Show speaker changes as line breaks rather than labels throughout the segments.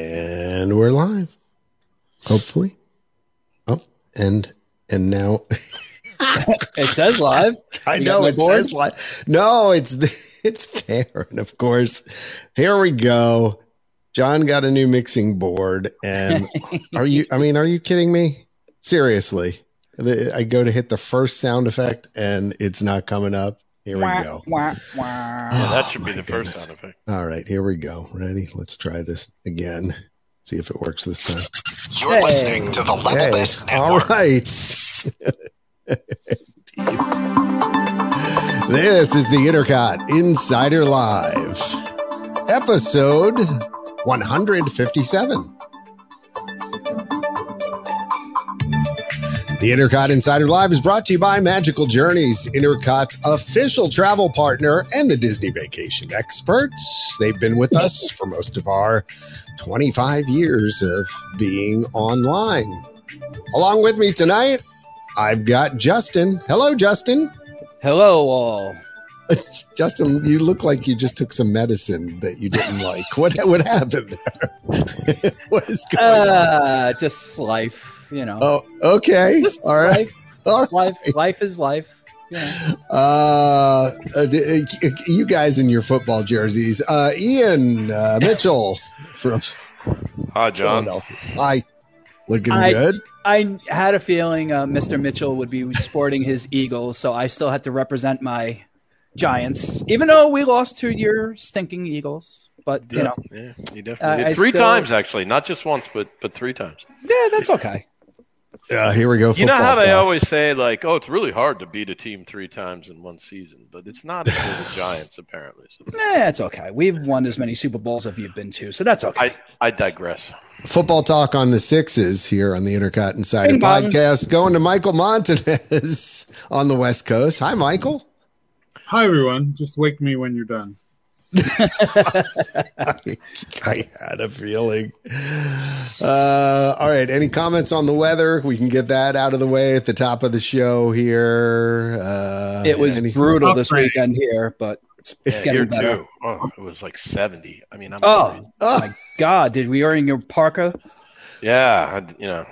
And we're live. Hopefully. Oh, and and now
It says live.
I
You got
know
my
it
board?
says live. No, it's th- it's there. And of course, here we go. John got a new mixing board and are you I mean, are you kidding me? Seriously. The- I go to hit the first sound effect and it's not coming up. Here we
Wah,
go.
wah, wah.
Yeah, that
Oh,
should be
my
the
goodness.
first sound effect.
All right, here we go. Ready? Let's try this again. See if it works this time.
You're
Hey.
listening to the Level
Hey,
Best
All
Network.
right. this is the Intercot Insider Live, episode 157. The Intercot Insider Live is brought to you by Magical Journeys, Intercot's official travel partner and the Disney vacation experts. They've been with us for most of our 25 years of being online. Along with me tonight, I've got Justin. Hello, Justin.
Hello, all.
Justin, you look like you just took some medicine that you didn't like. What what happened there? what is going on?
Uh, just life, you know.
Oh, okay.
just
All right.
Life,
All right.
life, life is life. You know.
Uh, uh, d- uh, you guys in your football jerseys. Uh, Ian uh, Mitchell from
Hi, John.
Philadelphia. Hi. Looking
I-
good.
I had a feeling uh, Mr. Mitchell would be sporting his Eagles, so I still had to represent my Giants, even though we lost to your stinking Eagles. But you know,
Yeah,
Uh,
you definitely
I
did. three
still-
times actually, not just once, but but three times.
yeah, that's okay.
Uh, here we go.
you know how
football
they
talk.
always say like, "Oh, it's really hard to beat a team three times in one season," but it's not if you're the Giants apparently. So
Yeah, it's okay. We've won as many Super Bowls as you've been to, so that's okay.
I I digress.
Football talk on the sixes here on the Intercot Insider
Bing bong.
podcast. Going to Michael Montanez on the West Coast. Hi, Michael.
Hi everyone. Just wake me when you're done.
I, I had a feeling. Uh, all right. Any comments on the weather? We can get that out of the way at the top of the show here. Uh,
it was
any-
brutal
Stop
this
praying.
weekend here, but it's, it's
Yeah,
getting
here
better.
too. Oh, it was like seventy. I mean, I'm
Oh
Oh,
my God, did we earn your parka?
yeah, I, you know.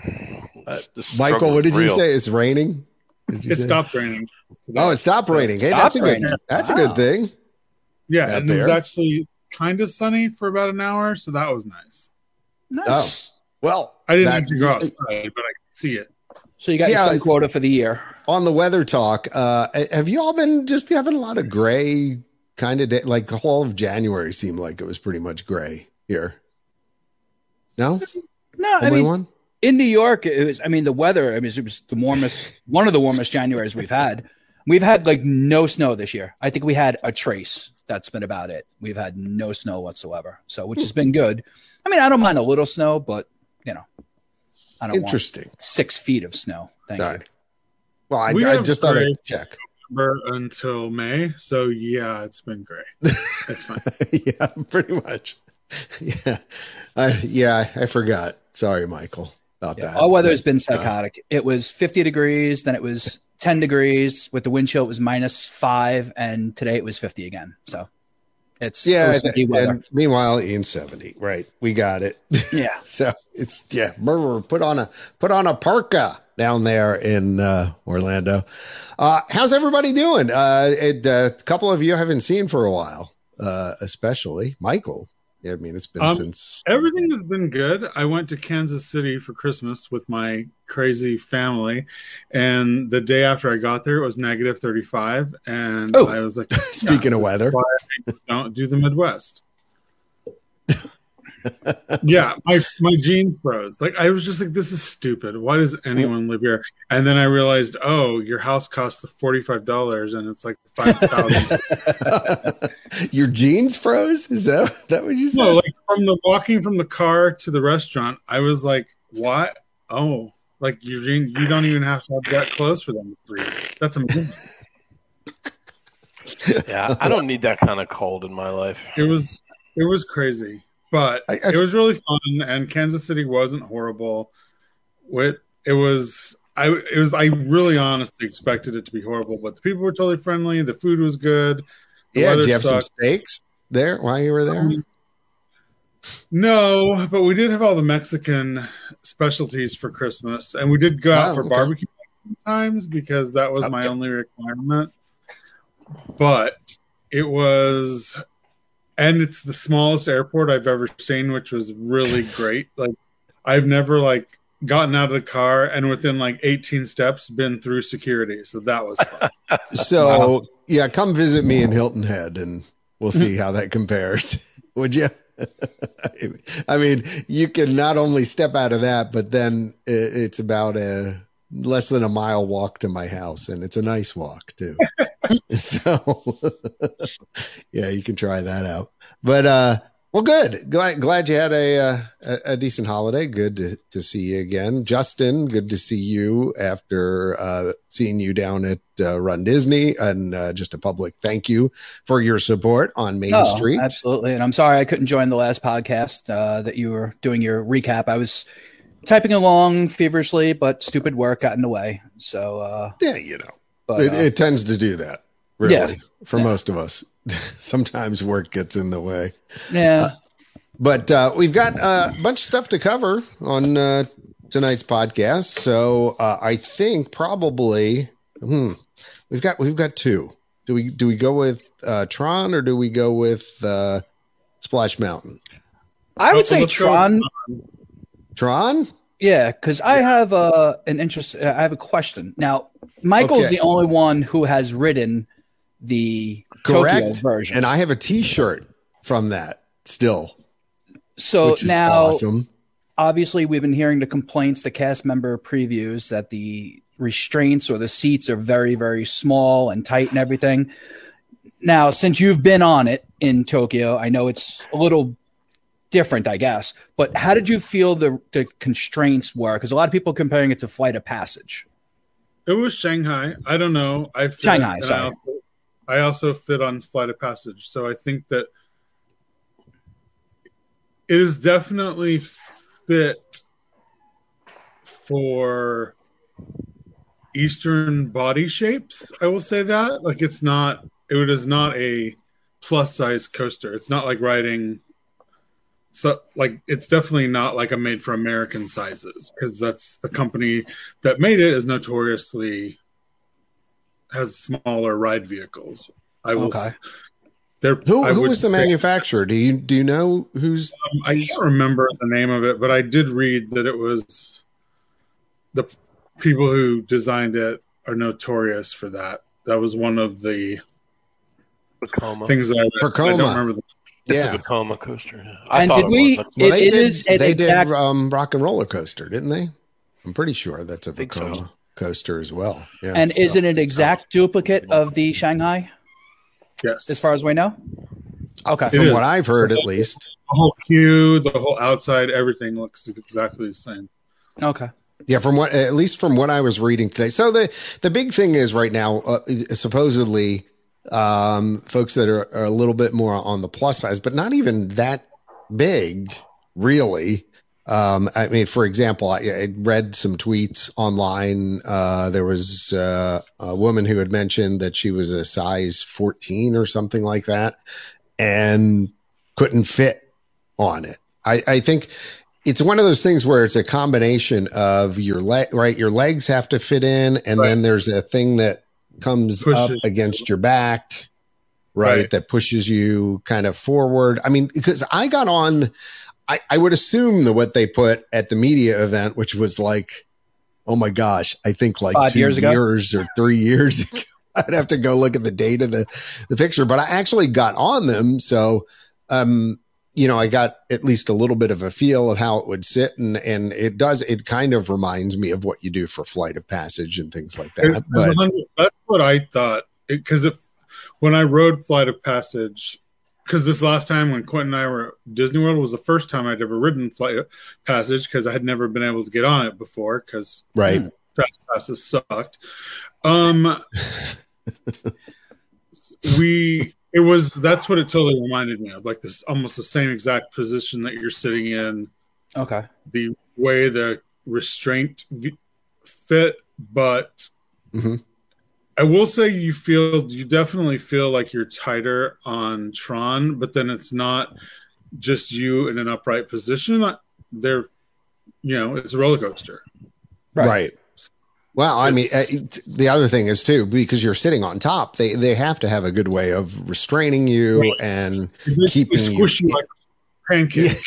Uh,
the struggle
Michael, what
is
did you
real.
say? It's raining. Did you
It
say-
stopped raining.
Oh, it stopped raining.
It
hey,
stopped
that's a good.
raining.
That's a
Wow.
good thing.
yeah,
out
and it was
there.
actually kind of sunny for about an hour, so that was nice.
Nice.
Oh, well,
I didn't
that-
have to go outside, but I could see it.
So you got
Yeah,
your sun
it-
quota for the year.
on the weather talk, uh, have you all been just having a lot of gray kind of day? Like the whole of January seemed like it was pretty much gray here. No,
No, I
only
mean
one.
in New York, it was. I mean, the weather. I mean, it was the warmest, one of the warmest Januaries we've had. We've had like no snow this year. I think we had a trace. That's been about it. We've had no snow whatsoever. So, which has been good. I mean, I don't mind a little snow, but you know, I don't want
Interesting.
six feet of snow. Thank
All
you.
right. Well, I,
We
I
have
just thought
gray.
I'd check.
Remember, Until May, so yeah, it's been great. It's fine.
yeah, pretty much. Yeah, I, yeah, I forgot. Sorry, Michael, about
Yeah,
that.
All weather has been
uh,
psychotic. it was 50 degrees, then it was 10 degrees. With the wind chill, it was minus five, and today it was 50 again. So it's it
Yeah,
was
and-
icky weather.
and meanwhile, Ian seventy. Right, we got it.
yeah,
So it's yeah, brr, put on a put on a parka down there in uh, Orlando. Uh, how's everybody doing? Uh, it, uh, a couple of you I haven't seen for a while, uh, especially Michael. I mean, it's been
Um,
since
Everything has been good. I went to Kansas City for Christmas with my crazy family, and the day after I got there, it was negative 35, and
Oh.
I was like,
speaking of weather.
don't do the Midwest. yeah, my my jeans froze. Like I was just like, this is stupid. Why does anyone live here? And then I realized, oh, your house costs forty five dollars, and it's like five thousand.
Your jeans froze? Is that that what you said?
no, like from the walking from the car to the restaurant, I was like, what? Oh, like your jeans, you don't even have to have that clothes for them. to freeze. That's amazing.
Yeah, I don't need that kind of cold in my life.
It was it was crazy, but
I- I-
it was really fun. And Kansas City wasn't horrible. With it was I it was I really honestly expected it to be horrible, but the people were totally friendly. The food was good. The
yeah,
weather Um,
did you have some
sucked.
steaks there while you were there?
No, but we did have all the Mexican specialties for Christmas, and we did go out
Oh,
for
okay.
barbecue times because that was my
Okay.
only requirement. But it was, and it's the smallest airport I've ever seen, which was really great. Like, I've never like gotten out of the car and within like 18 steps been through security, so that was fun.
So yeah, come visit me in Hilton Head, and we'll
Mm-hmm.
see how that compares. Would you? I mean, you can not only step out of that, but then i- it's about a less than a mile walk to my house, and it's a nice walk too. so yeah, you can try that out. But uh, well, good. Glad glad you had a uh, a, a decent holiday. Good to, to see you again, Justin. Good to see you after uh, seeing you down at uh, Run Disney, and uh, just a public thank you for your support on Main
Oh,
Street.
Absolutely. And I'm sorry I couldn't join the last podcast uh, that you were doing your recap. I was typing along feverishly, but stupid work got in the way. So, uh,
Yeah, you know.
but
it,
uh,
it tends to do that, really,
Yeah.
for
Yeah.
most of us. Sometimes work gets in the way.
yeah,
But uh, we've got uh, a bunch of stuff to cover on uh, tonight's podcast. So uh, I think probably hmm, we've got we've got two. Do we do we go with uh, Tron or do we go with uh, Splash Mountain?
I would
Let's go
say
with
Tron.
Tron?
Yeah, because I have uh, an interest. I have a question now. Michael's
Okay.
the only one who has written the Tokyo
Correct.
version.
And I have a T-shirt from that still,
so
which is
now,
awesome.
obviously, we've been hearing the complaints to cast member previews that the restraints or the seats are very, very small and tight and everything. Now, since you've been on it in Tokyo, I know it's a little different, I guess. But how did you feel the, the constraints were? Because a lot of people comparing it to Flight of Passage.
It was Shanghai. I don't know. I fit,
Shanghai,
and
sorry.
I also, I also fit on Flight of Passage, so I think that it is definitely fit for Eastern body shapes. I will say that. Like it's not. It is not a plus size coaster. It's not like riding. So like it's definitely not like a made for American sizes because that's the company that made it is notoriously has smaller ride vehicles. I will.
Okay.
s- They're,
Who,
I
who
would
was the
say-
manufacturer? Do you do you know who's
um, I can't remember the name of it, but I did read that it was the p- people who designed it are notorious for that. That was one of the
Tacoma.
things that I read. I
Tacoma.
don't remember the
It's
yeah?
a Tacoma coaster. yeah.
And
thought
did
it
we-
was.
Well,
It-
they
it
did,
is an
they
exact-
did um, rock and roller coaster, didn't they? I'm pretty sure that's a
Think so.
Vacoma coaster as well. Yeah.
And is it an exact duplicate of the Shanghai,
yes.
as far as we know? Okay.
It
from
is.
what I've heard, at least.
the whole queue, the whole outside, everything looks exactly the same.
Okay.
Yeah, from what at least from what I was reading today. So the the big thing is right now, uh, supposedly, um, folks that are, are a little bit more on the plus size, but not even that big, really. Um, I mean, for example, I, I read some tweets online. Uh, there was uh, a woman who had mentioned that she was a size 14 or something like that and couldn't fit on it. I, I think it's one of those things where it's a combination of your leg, right? Your legs have to fit in, and then there's a thing that comes up
Pushes.
against your back, right,
Right.
That pushes you kind of forward. I mean, because I got on, I, I would assume that what they put at the media event, which was like, oh my gosh, I think like
Five
two
years
years,
ago?
or three years ago. I'd have to go look at the date of the, the picture, but I actually got on them. So, um, you know, I got at least a little bit of a feel of how it would sit, and and it does. It kind of reminds me of what you do for Flight of Passage and things like that.
It-
But
that's what I thought. Because if when I rode Flight of Passage, because this last time when Quentin and I were at Disney World was the first time I'd ever ridden Flight of Passage because I had never been able to get on it before because
right,
fast passes sucked. Um, we it was that's what it totally reminded me of, like this almost the same exact position that you're sitting in
Okay.
the way the restraint v- fit, but
Mhm.
I will say you feel you definitely feel like you're tighter on Tron, but then it's not just you in an upright position, I- they're, you know, it's a roller coaster.
Right.
Right. Well, I mean, uh, it- the other thing is too because you're sitting on top. They they have to have a good way of restraining you
Right.
and
They basically
Keeping you-
squish you, like a pancake.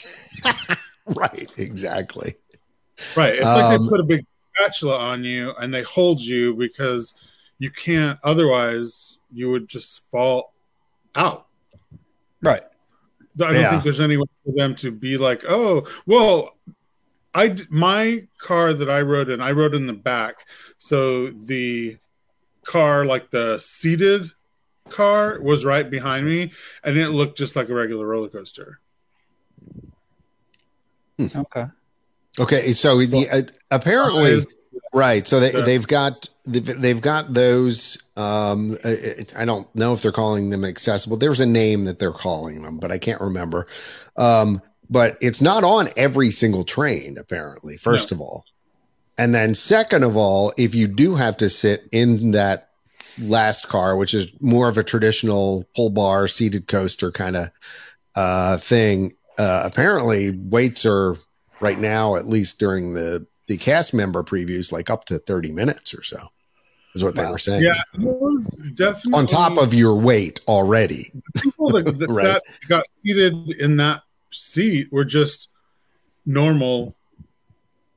right, exactly.
Right. It's like
Um,
they put a big spatula on you and they hold you because you can't otherwise you would just fall out.
Right.
I don't
Yeah.
think there's any way for them to be like, "Oh, well, I d- my car that I rode in, I rode in the back, so the car like the seated car was right behind me and it looked just like a regular roller coaster."
Okay.
Okay, so the, uh, apparently, right? So they
Yeah.
they've got they've they've got those. Um, uh, it, I don't know if they're calling them accessible. There's a name that they're calling them, but I can't remember. Um, but it's not on every single train, apparently. First of all, and then second of all, if you do have to sit in that last car, which is more of a traditional pull bar seated coaster kind of uh, thing, uh, apparently waits are right now, at least during the the cast member previews, like up to thirty minutes or so, is what they
Wow.
were saying.
Yeah, it was definitely
On top of your weight already,
people that, that
Right.
sat- got seated in that seat were just normal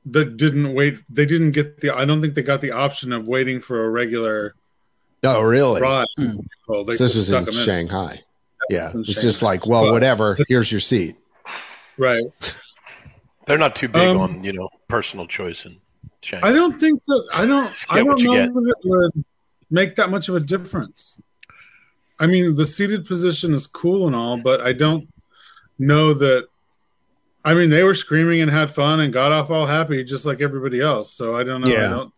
that didn't wait they didn't get the i don't think they got the option of waiting for a regular
oh really?
ride
Hmm.
well, they
So this
just
was
stuck
in
'em in.
Shanghai. Yeah,
in
it's just
Shanghai.
like, well,
But-
whatever. Here's your seat.
right
They're not too big
Um,
on you know personal choice and
i
Shanghai.
don't think that i don't i
Get
don't
what you
know
get.
that it would make that much of a difference i mean the seated position is cool and all but i don't know that i mean they were screaming and had fun and got off all happy just like everybody else so i don't know
Yeah.
i don't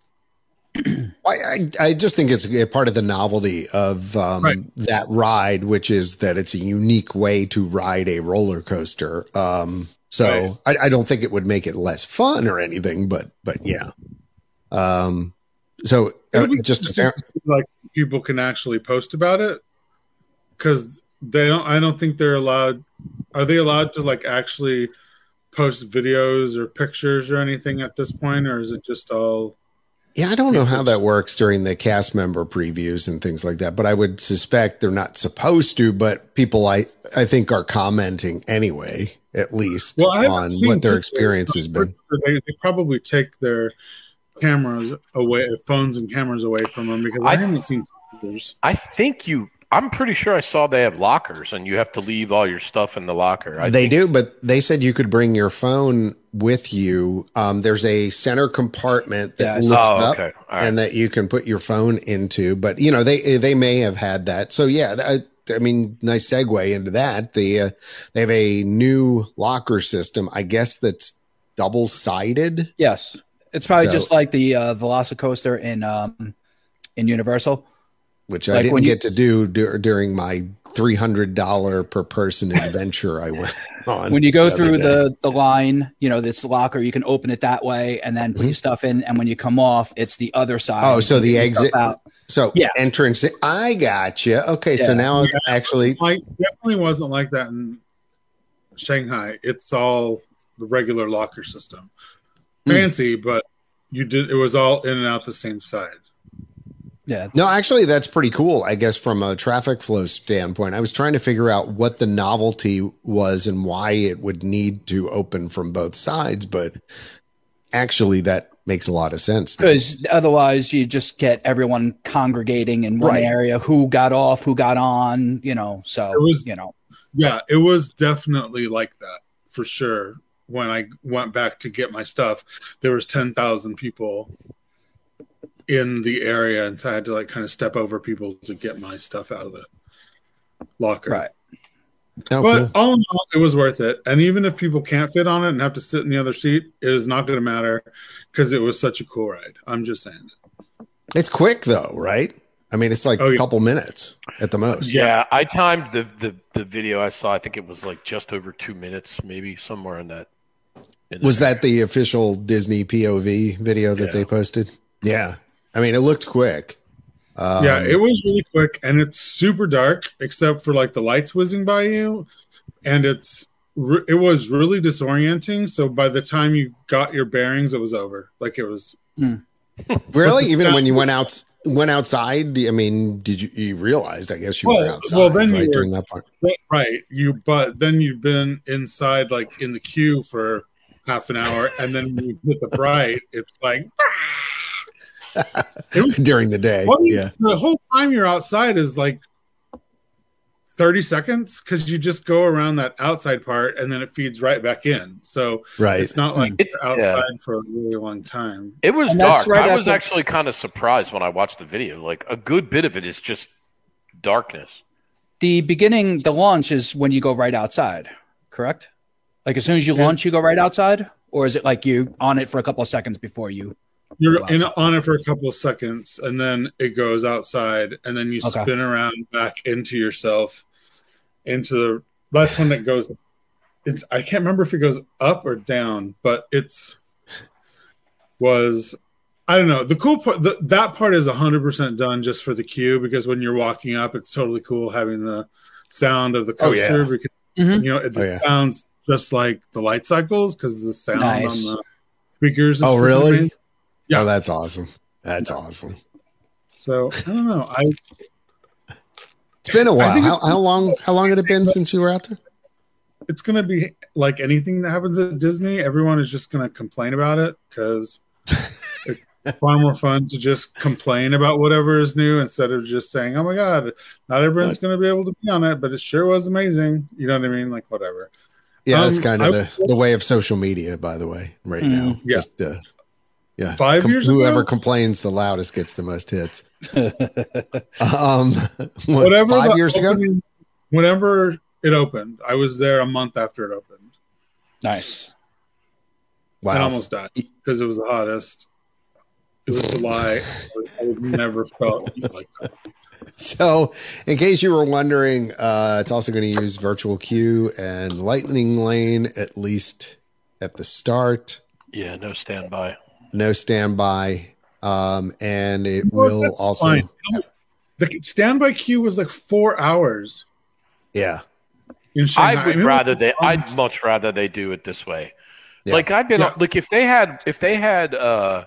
I, I, I just think it's a part of the novelty of um,
Right.
that ride, which is that it's a unique way to ride a roller coaster. Um, so I, I don't think it would make it less fun or anything, but but yeah. Um, so uh,
It'll be
just
interesting
apparent-
to see, like people can actually post about it because they don't. I don't think they're allowed. Are they allowed to like actually post videos or pictures or anything at this point, or is it just all?
Yeah, I don't know how that works during the cast member previews and things like that, but I would suspect they're not supposed to, but people I I think are commenting anyway, at least
Well, I haven't
on
seen
what their
pictures.
experience has been.
They, they probably take their cameras away, phones and cameras away from them because I,
I-
haven't seen pictures.
I think you. I'm pretty sure I saw they have lockers and you have to leave all your stuff in the locker. I
they
think-
do, but they said you could bring your phone with you. Um, there's a center compartment that
Yes.
lifts
Oh,
up
okay. All right.
and that you can put your phone into. But you know, they they may have had that. So yeah, I, I mean, nice segue into that. The uh, they have a new locker system, I guess that's double sided.
Yes. It's probably
So-
just like the uh, Velocicoaster in um, in Universal.
which I
Like
didn't
when you-
get to do dur- during my three hundred dollar per person adventure I went on.
When you go
the other
through
day.
the the line, you know, this locker, you can open it that way and then put your stuff in. And when you come off, it's the other side.
Mm-hmm. Oh, so
You
the
get your
exit-
stuff out.
so
Yeah.
entrance, I got you. Okay, so
Yeah.
now actually,
Like definitely wasn't like that in Shanghai. It's all the regular locker system,
Mm.
fancy, but you did. It was all in and out the same side.
Yeah.
no, actually, that's pretty cool. I guess from a traffic flow standpoint, I was trying to figure out what the novelty was and why it would need to open from both sides, but actually, that makes a lot of sense. now.
Because otherwise, you just get everyone congregating in one
Right.
area. Who got off? Who got on? You know. So
It was-
you know.
Yeah, it was definitely like that for sure. When I went back to get my stuff, there was ten thousand people in the area, and so I had to like kind of step over people to get my stuff out of the locker.
Right.
Oh,
but
cool.
all in all, it was worth it. And even if people can't fit on it and have to sit in the other seat, it is not going to matter because it was such a cool ride. I'm just saying.
It's quick though, right? I mean, it's like
Oh,
a
yeah.
couple minutes at the most.
Yeah, I timed the, the the video I saw. I think it was like just over two minutes, maybe somewhere in that. in
Was
area.
that the official Disney POV video that
Yeah.
they posted? Yeah. I mean, it looked quick. Um,
yeah, it was really quick and it's super dark except for like the lights whizzing by you, and it's re- it was really disorienting. So by the time you got your bearings, it was over. Like it was
Really?
the
Even
stuff-
when you went out went outside, I mean, did you you realized I guess you were
Well,
outside
well, then you
right
were-
during that part.
right. You but then you've been inside, like in the queue for half an hour, and then when you hit the bright, it's like
During the day.
What do you-
Yeah.
the whole time you're outside is like 30 seconds because you just go around that outside part and then it feeds right back in. So
Right.
it's not like
It-
you're outside for a really long time.
It was
And that's
dark.
right
I was
after-
actually kind of surprised when I watched the video. Like a good bit of it is just darkness.
The beginning, the launch is when you go right outside, correct? Like as soon as you
Yeah.
launch, you go right outside, or is it like you on it for a couple of seconds before you?
You're
Go
in
outside.
on it for a couple of seconds and then it goes outside and then you
Okay.
spin around back into yourself into the that's when it goes it's I can't remember if it goes up or down, but it's was I don't know. The cool part the, that part is 100% done just for the queue because when you're walking up it's totally cool having the sound of the
Oh,
coaster
yeah.
because
Mhm.
you know it
Oh, yeah.
sounds just like the light cycles cuz the sound
Nice.
on the speakers is
Oh, really?
amazing. Yeah.
Oh, that's awesome. That's awesome.
So I don't know. I
It's been a while.
think
How, how long how long had it been since you were out there?
it's gonna be like anything that happens at Disney. Everyone is just gonna complain about it because it's far more fun to just complain about whatever is new instead of just saying, "Oh my god, not everyone's gonna be able to be on it," but it sure was amazing. You know what I mean? Like whatever.
Yeah, that's
Um,
kind
I-
of the, the way of social media, by the way, right
Mm,
now.
yeah.
Just uh, yeah.
Five years ago?
whoever complains the loudest gets the most hits. Um what,
Whatever.
five
the
years ago?
opening- Whenever it opened, I was there a month after it opened.
nice.
I
Wow.
almost died because it was the hottest. It was July. I would never felt like that.
So, in case you were wondering, uh, it's also going to use virtual queue and lightning lane, at least at the start.
Yeah, no standby.
No standby. Um, and it
Well,
will
that's
also,
fine. The standby queue was like four hours.
yeah,
in
I
Shanghai.
would
mean,
rather they.
um,
I'd much rather they do it this way.
Yeah.
Like I've been
Yeah.
like if they had if they had uh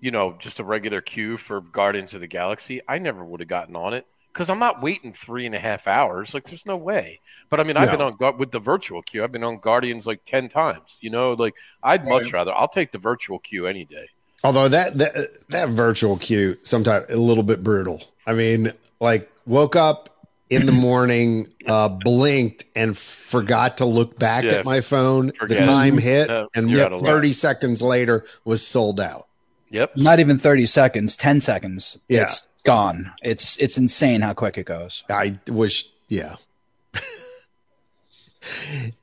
you know just a regular queue for Guardians of the Galaxy, I never would have gotten on it because I'm not waiting three and a half hours. Like there's no way. But I mean, I've been
No.
on Gu- with the virtual queue. I've been on Guardians like ten times. You know, like I'd much rather. I'll take the virtual queue any day.
Although that that that virtual queue sometimes a little bit brutal. I mean, like woke up in the morning, uh, blinked and forgot to look back
Yeah.
at my phone. The
Forget Mm-hmm. it.
time hit,
No,
and
you're out of luck.
thirty seconds later was sold out.
Yep.
Not even thirty seconds. Ten seconds.
Yeah.
It's gone. It's it's insane how quick it goes.
I wish, yeah.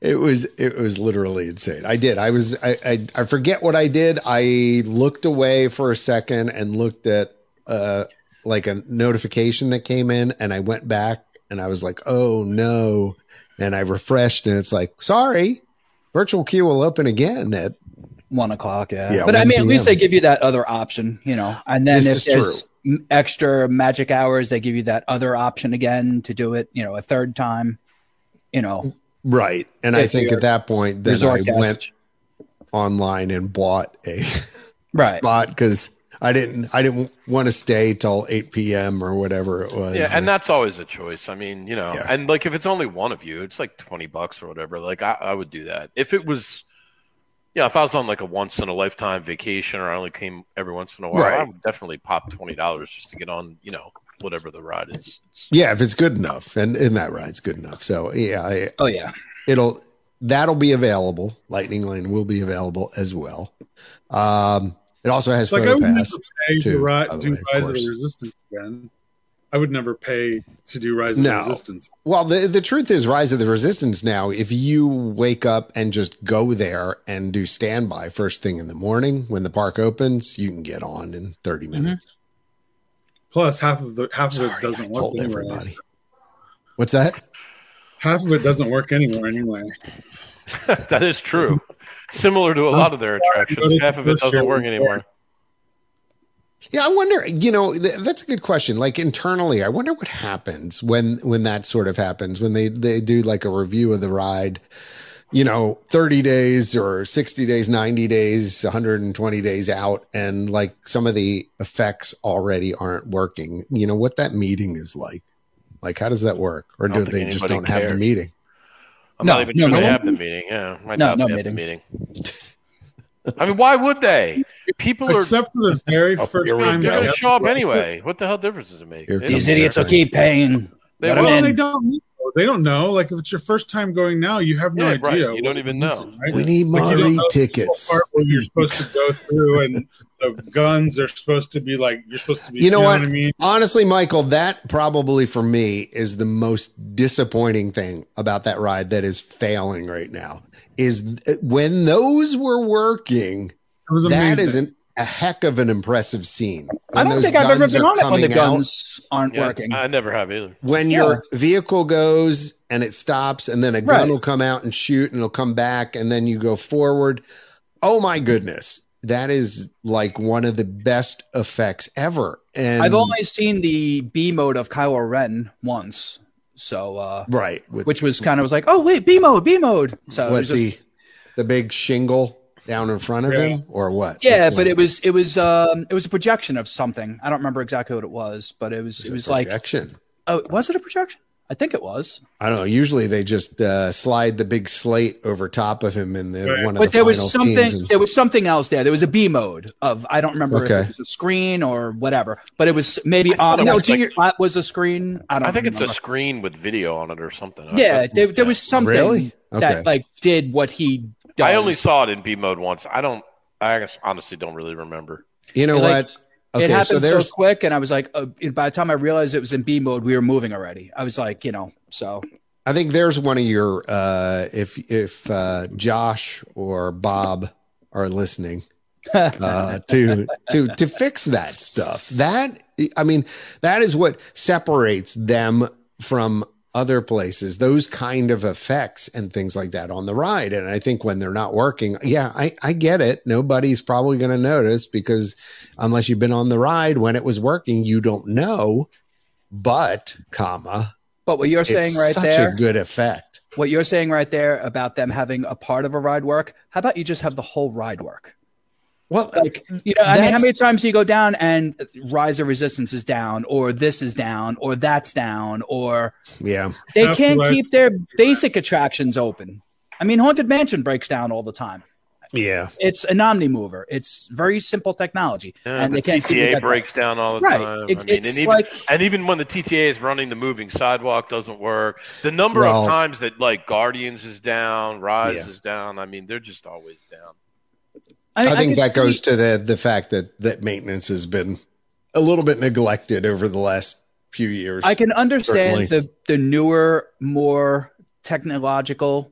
it was it was literally insane. I did. I was I, I I forget what I did. I looked away for a second and looked at uh like a notification that came in and I went back and I was like, "Oh no." And I refreshed and it's like, "Sorry. Virtual queue will open again at
one o'clock. Yeah,
Yeah,
but I
1
mean, at least
p.m..
they give you that other option, you know. And then
This
if
is
there's m- extra magic hours, they give you that other option again to do it, you know, a third time. You know,
right." And I
If
think
you're
at that point then I
resort guests.
went online and bought a
right.
spot because I didn't I didn't want to stay till eight p.m. or whatever it was.
Yeah, and that's always a choice. I mean, you know,
Yeah.
and like if it's only one of you, it's like twenty bucks or whatever. Like I, I would do that if it was. Yeah, if I was on like a once in a lifetime vacation, or I only came every once in a while, I
Right.
would definitely pop twenty dollars just to get on. You know, whatever the ride is. It's,
yeah, if it's good enough, and in that ride's good enough, so yeah, I,
Oh yeah,
it'll that'll be available. Lightning Lane will be available as well. Um, it also has
it's like I
photo
would
pass.
never pay to
too,
ri-
by the
do
way, of
Rise of
course.
the Resistance again. I would never pay to do Rise of
No.
the Resistance.
Well, the the truth is, Rise of the Resistance. Now, if you wake up and just go there and do standby first thing in the morning when the park opens, you can get on in thirty minutes.
Plus, half of the half
Sorry,
of Mm-hmm. it
I
doesn't work
told
anyway.
everybody. What's that?
Half of it doesn't work anywhere anyway.
that is true. Similar to a lot of their attractions, half of it doesn't work anymore.
Yeah, I wonder. You know, th- that's a good question. Like internally, I wonder what happens when when that sort of happens when they they do like a review of the ride. you know, 30 days or 60 days, 90 days, 120 days out, and like some of the effects already aren't working, you know, what that meeting is like. Like, how does that work? Or
I don't
do
think
they just
anybody
don't have the
cares.
meeting?
I'm
No,
not even
no,
sure
no
they
one-
have the meeting. Yeah,
No,
I doubt
no
they have the meeting. I mean, why would they? People are
Except for the very
Oh,
first
here we
time.
go.
they're
they-
gonna show up anyway. What the hell difference does it make?
Here
They
comes
These
don't-
that
idiots will
thing.
keep paying.
They
Let 'em
will.
Well,
in.
they don't. know. They don't know. Like if it's your first time going now, you have no
Yeah, right.
idea.
You
what
don't
you're
even know.
missing, right?
We need
Like, you don't
Mari
know the
tickets.
Part where you're supposed to go through, and the guns are supposed to be like you're supposed to be.
You know what?
I mean,
Honestly, Michael, that probably for me is the most disappointing thing about that ride that is failing right now. Is th- when those were working,
it was amazing.
that is an, a heck of an impressive scene.
I
When
don't
those
think I've ever
guns
been
are
on it when the
coming out.
guns aren't
Yeah,
working.
I never have either.
when
Yeah.
your vehicle goes and it stops and then a gun
Right.
will come out and shoot and it'll come back and then you go forward oh my goodness that is like one of the best effects ever and
I've only seen the B mode of Kylo Ren once, so uh,
right with
which was kind of was like, oh wait, B mode, B mode. So Uh, it
What
was just,
the big shingle down in front of
Yeah.
him or what
yeah,
Which
but
one?
it was it was um it was a projection of something. I don't remember exactly what it was, but it was it was
a
like
projection.
oh was it a projection? I think it was.
i don't know usually they just uh slide the big slate over top of him in the
Right.
one of
but
the
there was
final
something
scenes and-
there was something else there there was a b mode of i don't remember
Okay.
if it was a screen or whatever but it was maybe on
thought it
no,
was
was,
like-
was a screen i don't
I think it's a
remember.
screen with video on it or something.
yeah
That's-
there, there was something
really okay
that like did what he does
I only saw it in B mode once. I don't. I guess- honestly don't really remember.
you know
it, like,
what okay
it
so
happened so,
there's
quick and i was like uh, by the time i realized it was in b mode we were moving already i was like you know so
I think there's one of your uh, if if uh, Josh or Bob are listening uh, to to to fix that stuff. That I mean, that is what separates them from other places. Those kind of effects and things like that on the ride. And I think when they're not working, yeah, I I get it. Nobody's probably going to notice because unless you've been on the ride when it was working, you don't know. But comma,
but what you're saying
it's
right
such
there
a good effect.
what you're saying right there about them having a part of a ride work how about you just have the whole ride work
Well,
like you know i mean how
Uh, That's-
many times do you go down and rise of resistance is down or this is down or that's down or
yeah,
they
That's
can't
right.
keep their basic attractions open i mean haunted mansion breaks down all the time
yeah.
it's an omni mover it's very simple technology
Yeah,
and
the
they can't seem to
TTA
get
breaks down all the
right
time.
it's,
um, I mean, and
it's
even,
like
and even when the TTA is running, the moving sidewalk doesn't work. The number
Well-
of times that like Guardians is down, Rise
Yeah.
is down. I mean, they're just always down.
I,
mean,
think
could
that goes
see-
to the the fact that that maintenance has been a little bit neglected over the last few years.
I can understand
Certainly.
the the newer, more technological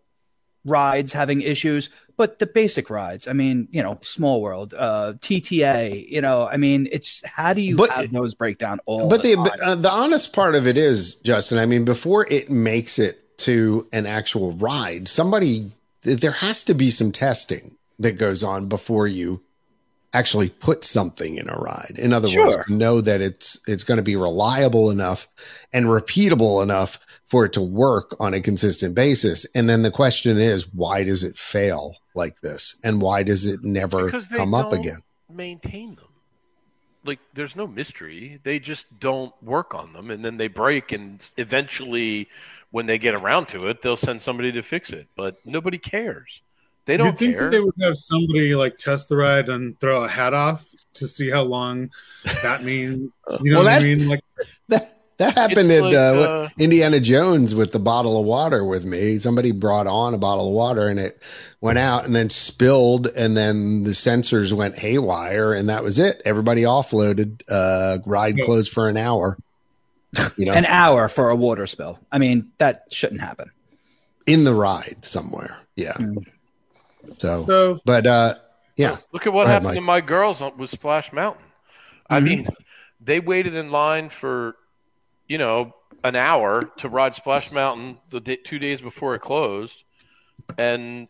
rides having issues, but the basic rides, I mean, you know, Small World, uh, TTA, you know, I mean, it's how do you
But-
have those breakdown all
but
the,
the
time?
uh, the honest part of it is, Justin. I mean, before it makes it to an actual ride, somebody th- there has to be some testing that goes on before you actually put something in a ride. In other words,
Sure.
to know that it's it's going to be reliable enough and repeatable enough for it to work on a consistent basis. And then the question is, why does it fail like this, and why does it never
Because they
come up
don't-
again?
Maintain them. Like, there's no mystery. They just don't work on them, and then they break. And eventually, when they get around to it, they'll send somebody to fix it. But nobody cares. They
You
don't
think
care.
that they would have somebody like test the ride and throw a hat off to see how long that means? You know
Uh, Well,
what
that-
I mean? Like
That that
It's
happened at
like,
uh, what-
uh,
Indiana Jones with the bottle of water with me. Somebody brought on a bottle of water and it went out and then spilled and then the sensors went haywire and that was it. Everybody offloaded, uh, ride
Yeah.
closed for an hour. You know,
An hour for a water spill. I mean, that shouldn't happen.
in the ride somewhere. Yeah.
Mm.
So,
so.
but uh, yeah,
Look at what
Go ahead,
happened
Mike.
to
Mm-hmm.
my girls on- with Splash Mountain. I
Mhm.
mean, they waited in line for, you know, an hour to ride Splash Mountain the day, two days before it closed, and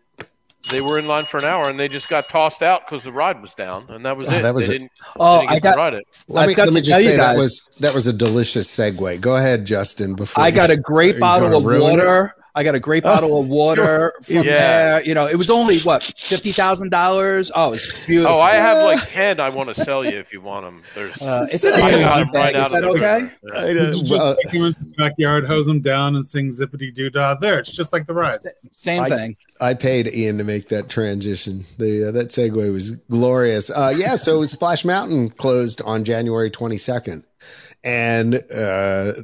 they were in line for an hour, and they just got tossed out because the ride was down, and that was
Oh,
it.
that was
they
it.
didn't, they
Oh,
didn't
I
get to
got
ride it.
let
I've
me,
got
let me
to
just
tell you
say that
guys-
was, that was a delicious segue. Go ahead, Justin, before
I
you- Oh,
got a great
You're
bottle
gonna
of
ruin it?
water. I got a great bottle of water from
Yeah.
there. You know, it was only what fifty thousand dollars. Oh, it's beautiful.
Oh, I have like ten. I want to sell you if you want them. There's
Uh, it's
I
in a
got
Ziploc
them
bag. Is
out of
that
the
okay?
car. Yeah.
I uh,
You
don't-
just
well,
take him into the backyard, hose him down, and sing zippity doo dah. There, it's just like the ride.
Same
I-
thing.
I paid Ian to make that transition. The uh, that segue was glorious. Uh, yeah, so Splash Mountain closed on January 22nd, and uh,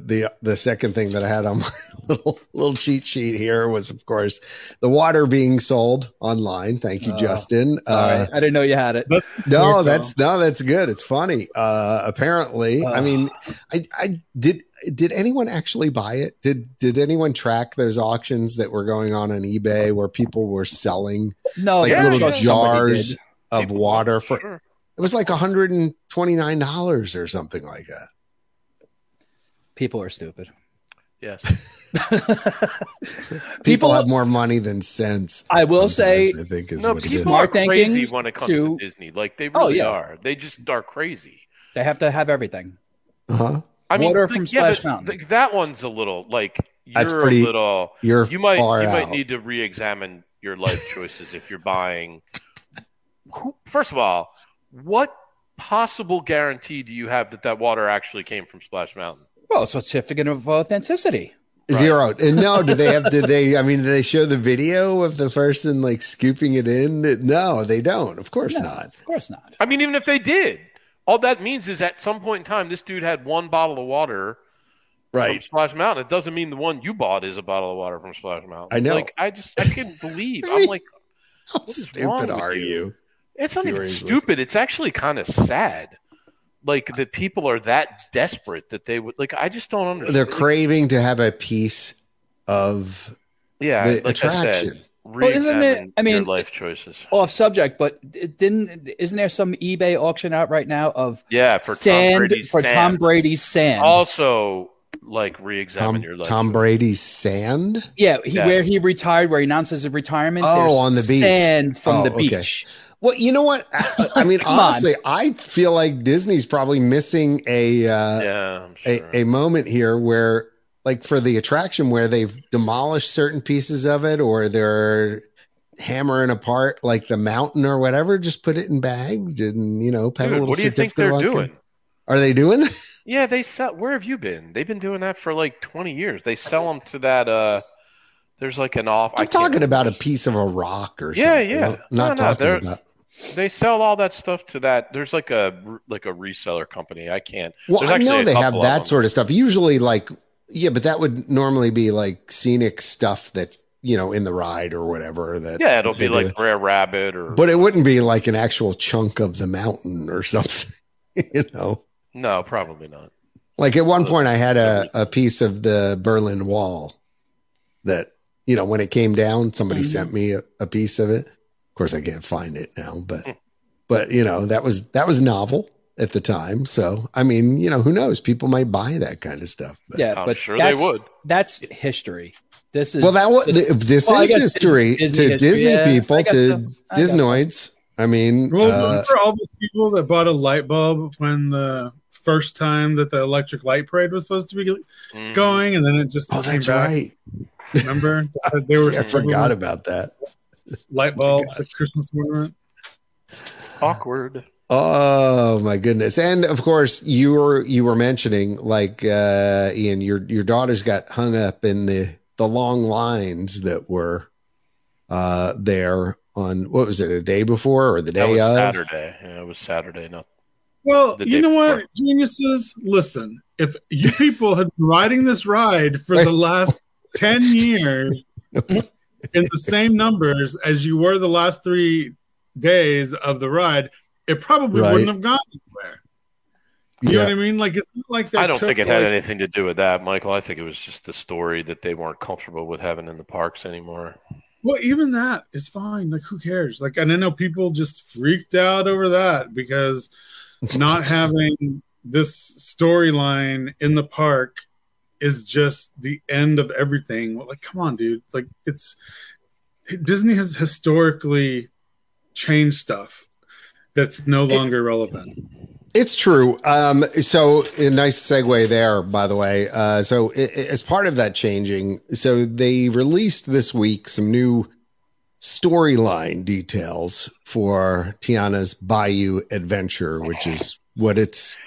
the the second thing that I had on my little little cheat sheet here was, of course, the water being sold online. Thank you,
Oh,
Justin.
Sorry,
Uh,
I didn't know you had it.
That's
no,
hysterical.
that's no, that's good. It's funny. Uh, apparently, I
Ugh.
mean, I, I did. Did anyone actually buy it? Did Did anyone track those auctions that were going on on eBay where people were selling
No,
like
yeah,
I'm
little
Oh, sure somebody
jars
did.
of
People-
water for?
Sure.
It was like one hundred and twenty nine dollars or something like that.
People are stupid.
Yes.
People, have more money than sense.
I will say,
sometimes, I think is
No,
what it is.
people are
Smart thinking
crazy when it comes
to-
to Disney. Like they really
Oh, yeah.
are. They just are crazy.
they have to have everything.
Uh-huh.
I mean,
Water
like,
from
yeah, but
Splash Mountain.
th- that one's a little like you're
That's pretty-
a little.
You're
You might
far
you
out.
might need to re-examine your life choices if you're buying. Who, first of all, what possible guarantee do you have that that water actually came from Splash Mountain?
Well, it's a certificate of authenticity.
Zero. And no, do they have, did they, I mean, do they show the video of the person like scooping it in? No, they don't. Of course
No,
not.
Of course not.
I mean, even if they did, all that means is at some point in time, this dude had one bottle of water from Splash Mountain. It doesn't mean the one you bought is a bottle of water from Splash Mountain.
I know.
Like, I just, I couldn't believe. I'm like,
How
is wrong
stupid
with
are
you?
you?
it's not even
Seriously.
stupid. It's actually kind of sad. Like that people are that desperate that they would like. I just don't understand.
They're craving to have a piece of
Yeah,
the
like I said,
attraction.
isn't it-
re-examine
I mean,
your life choices.
Off subject, but it didn't isn't there some eBay auction out right now of
Yeah, for Tom
sand
Brady's
for
sand. Oh,
Tom Brady's sand?
Also, like re-examine
Tom,
your life.
Tom Brady's sand.
yeah, he,
Yes.
where he retired, where he announces his retirement.
Oh,
there's
on the beach.
sand from
Oh,
the
okay.
beach.
Well, you know what? I, I mean,
Come on.
honestly, I feel like Disney's probably missing a, uh,
Yeah, I'm sure.
a, a moment here where like for the attraction where they've demolished certain pieces of it or they're hammering apart like the mountain or whatever just put it in bags and you know have a
Dude,
little
what do you think
certificate
they're
of
doing?
occup- are they doing that?
Yeah, they sell. Where have you been? They've been doing that for like 20 years. They sell them to that. uh There's like an off. I
i'm
can't
talking
remember.
about a piece of a rock or
Yeah,
something
yeah.
I'm not
No, no,
talking
they're-
about
They sell all that stuff to that. There's like a like a reseller company. I can't.
well
There's
i know
actually a
they have
couple of
that
them.
sort of stuff usually like yeah but that would normally be like scenic stuff that's you know in the ride or whatever that
Yeah, it'll be
they do.
like rare rabbit or.
but it wouldn't be like an actual chunk of the mountain or something you know
no, probably not.
Like at one point, I had a, a piece of the Berlin Wall that, you know, when it came down, somebody
Mhm.
sent me a, a piece of it. Of course, I can't find it now, but,
Hmm.
but, you know, that was, that was novel at the time. So, I mean, you know, who knows? People might buy that kind of stuff. But,
Yeah,
I'm
but
sure they
that's,
would.
that's history. This is
Well, that was,
this-
this, this
well, I
is
guess
history to
Disney- Disney history.
Disney
Yeah, I
people,
guess
to
so. I guess so.
Disnoids. I mean,
Well,
uh,
remember all those people that bought a light bulb when the first time that the electric light parade was supposed to be
Mm.
going, and then it just
oh,
came
that's
back.
right.
Remember, they were
See, I forgot oh about that.
light bulbs at Christmas ornament.
awkward.
Oh my goodness! And of course, you were you were mentioning like uh, Ian, your your daughters got hung up in the the long lines that were uh, there on what was it a day before or the
That
day
was
of?
Saturday. Yeah, it was Saturday. Not
Well,
The day
you know what,
before.
geniuses? Listen, if you people had been riding this ride for the last 10 years in the same numbers as you were the last three days of the ride, it probably
Right.
wouldn't have gone anywhere. You know
Yeah.
what I mean? Like, it's not like they
I don't
took,
think it had
like-
anything to do with that, Michael. I think it was just the story that they weren't comfortable with having in the parks anymore.
Well, even that is fine. Like, who cares? Like, and I know people just freaked out over that because not having this storyline in the park is just the end of everything. Well, like, come on, dude. Like, it's Disney has historically changed stuff that's no longer relevant.
It's true. Um, so, a nice segue there, by the way. Uh, so, i i- as part of that changing, so they released this week some new storyline details for Tiana's Bayou Adventure, which is what it's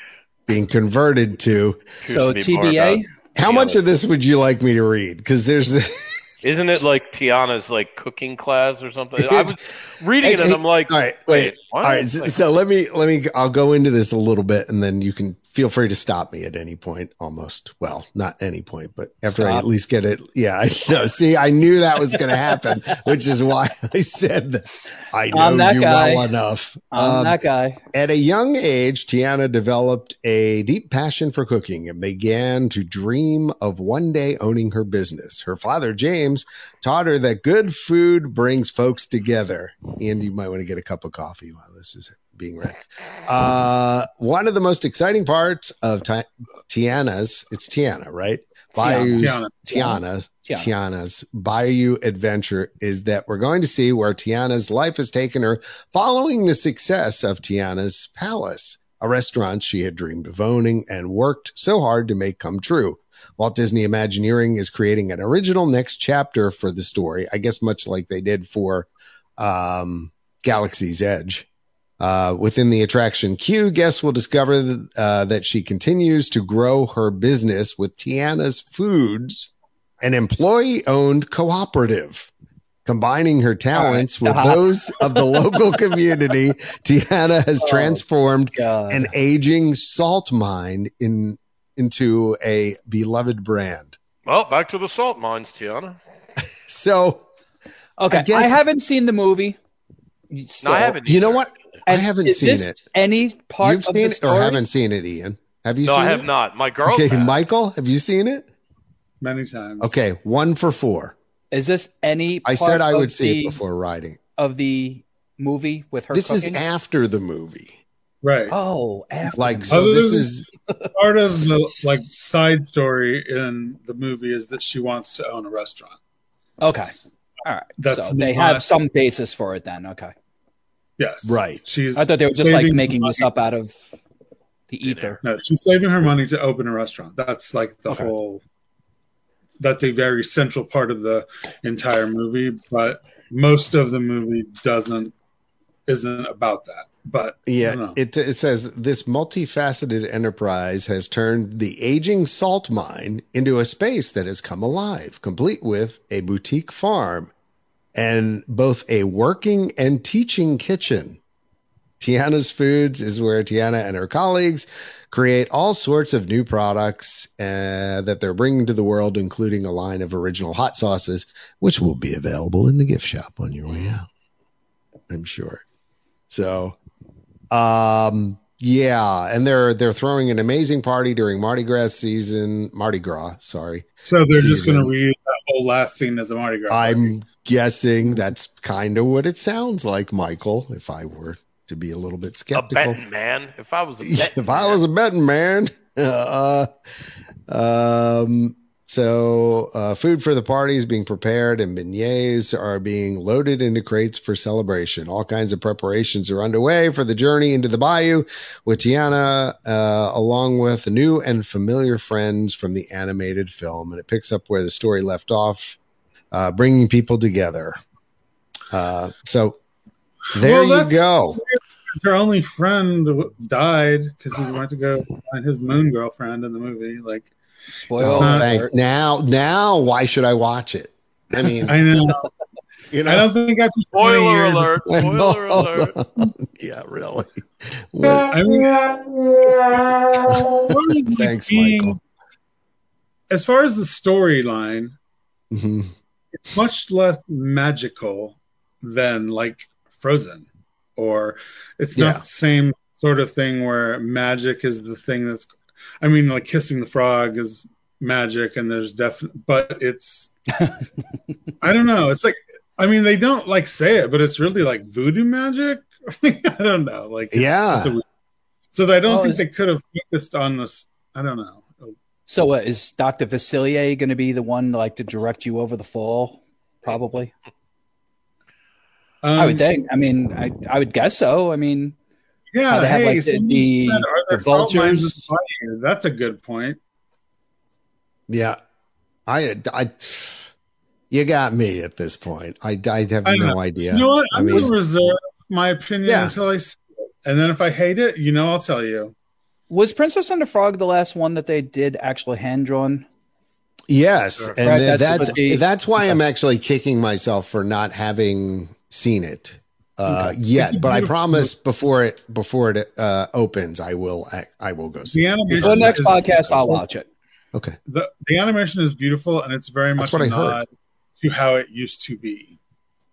being converted to.
Choose
So
to be more
TBA.
about-
How much of this would you like me to read? Because there's
Isn't it like Tiana's like cooking class or something? I was reading it and I'm like,
All right, wait.
what?
All right, so,
Like,
so let me let me. I'll go into this a little bit, and then you can feel free to stop me at any point. Almost, well, not any point, but after I
Stop.
at least get it. Yeah, I know. See, I knew that was going to happen, which is why I said that I
I'm
know
that
you
guy.
well enough.
I'm
Um,
that guy.
at a young age, Tiana developed a deep passion for cooking and began to dream of one day owning her business. Her father, James, taught her that good food brings folks together. And you might want to get a cup of coffee while this is being read. Uh, one of the most exciting parts of Ti- Tiana's, it's Tiana, right? Bayou's,
Tiana.
Tiana's,
Tiana.
Tiana's Bayou adventure is that we're going to see where Tiana's life has taken her following the success of Tiana's Palace, a restaurant she had dreamed of owning and worked so hard to make come true. Walt Disney Imagineering is creating an original next chapter for the story, I guess, much like they did for um, Galaxy's Edge. Uh, within the attraction queue, guests will discover th- uh, that she continues to grow her business with Tiana's Foods, an employee owned cooperative. Combining her talents
All right,
with
stop.
those of the local community, Tiana has
Oh. Uh.
transformed
God.
an aging salt mine in into a beloved brand.
well, back to the salt mines, Tiana.
So
okay,
I guess-
I haven't seen the movie.
No,
still.
I haven't.
you know
either.
what? I
And
haven't
is
seen
this
it.
Any part
You've
of
seen
the
it or
story?
haven't seen it, Ian? Have you
No,
seen
I have
it?
not. My girls.
Okay,
have.
Michael, have you seen it?
many times.
Okay, one for four.
Is this any?
I
part
said I
of
would see it
the-
before riding.
of the movie with her.
This
cooking?
is after the movie.
Right.
Uh,
oh, after
Like
the
so
Other
this
than-
is
Part of the like side story in the movie is that she wants to own a restaurant.
movie. okay. All right,
That's
so they
not-
have some basis for it then. Okay,
Yes.
right.
She's
I thought they were just like
Saving
making
money.
this up out of the ether.
no, she's saving her money to open a restaurant. That's like the
Okay.
whole that's a very central part of the entire movie, but most of the movie doesn't isn't about that. But I don't
Yeah,
know.
it, it says this multifaceted enterprise has turned the aging salt mine into a space that has come alive, complete with a boutique farm and both a working and teaching kitchen. Tiana's Foods is where Tiana and her colleagues create all sorts of new products uh, that they're bringing to the world, including a line of original hot sauces, which will be available in the gift shop on your way out. I'm sure. So, um, yeah, and they're they're throwing an amazing party during Mardi Gras season. Mardi Gras, sorry.
so they're just
season.
gonna reuse that whole last scene as a Mardi Gras.
I'm guessing that's kind of what it sounds like, Michael. If I were to be a little bit
A
skeptical,
betting man. If I was a betting
if I was a betting man, uh, um, so uh, food for the party is being prepared, and beignets are being loaded into crates for celebration. All kinds of preparations are underway for the journey into the bayou with Tiana, uh, along with new and familiar friends from the animated film, and it picks up where the story left off, uh, bringing people together. Uh, so there
Well, that's-
you go.
her only friend w- died because he went to go find his moon girlfriend in the movie. Like
Spoiler.
Oh,
Well,
alert.
thank now. Now, why should I watch it? I mean,
I know,
you
I
know.
don't think after 20
Spoiler
years-
alert! Spoiler alert!
yeah, really.
I mean,
Thanks,
being-
Michael.
As far as the storyline,
Mhm.
it's much less magical than like Frozen, or it's
Yeah.
not the same sort of thing where magic is the thing that's. I mean, like kissing the frog is magic, and there's definite, but it's. I don't know. It's like I mean, they don't like say it, but it's really like voodoo magic. I don't know. Like
Yeah.
It's a- so I don't
Well,
think
it's-
they could have focused on this. I don't know.
So what, is Dr. Vasilier going to be the one like to direct you over the fall? Probably.
Um,
Um,
I would think. I mean, I, I would guess so. I mean,
Yeah.
how they have
hey,
like the,
someone
the
said, are
The
salt mines
vultures.
is fine here. That's a good point.
Yeah, I, I, you got me at this point. I, I have
I
no
know.
idea.
You know what?
I
I'm
mean-
gonna reserve my opinion
Yeah.
until I see it. And then if I hate it, you know, I'll tell you.
Was Princess and the Frog the last one that they did actually hand drawn?
Yes,
Sure.
and
Right,
then
that's
that,
what the-
that's why I'm actually kicking myself for not having seen it uh,
It's a
yet. But I
beautiful-
promise before it before it uh, opens, I will I, I will go see.
The
it.
animation
Before the next
is-
podcast, I'll watch it.
Okay,
The, the animation is beautiful, and it's very
That's
much
what I
a
heard.
nod to how it used to be.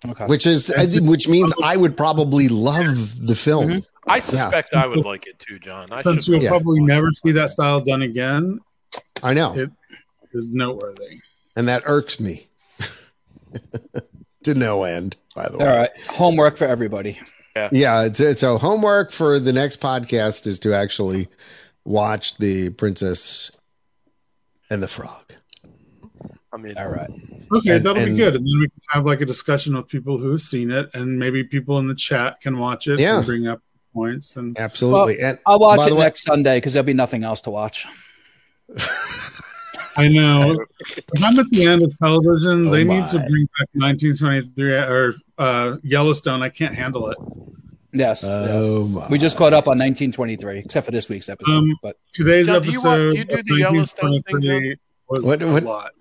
Okay.
which is I think- which means I would probably love the film.
Mhm.
I suspect I would like it too, John. I
Since
should-
you'll
Yeah.
probably never see that style done again,
I know,
It- is noteworthy.
and that irks me to no end. By the way,
All right. Homework for everybody.
yeah. It's, it's so homework for the next podcast is to actually watch the Princess and the Frog.
I mean,
All right.
Okay,
And-
that'll
and-
be good. And then we can have like a discussion with people who've seen it, and maybe people in the chat can watch it
Yeah.
and bring up points. And
Absolutely, and
I'll
By
watch
the
it
way-
next Sunday because there'll be nothing else to watch.
I know if I'm at the end of television,
Oh
they
my.
need to bring back 1923 or uh, Yellowstone. I can't handle it.
Yes. yes.
oh my.
We just caught up on 1923, except for this week's episode.
Um,
but
Today's
John, do you want-
episode
do you do
of
the Yellowstone thing,
1923 was
What-
a
what-
lot.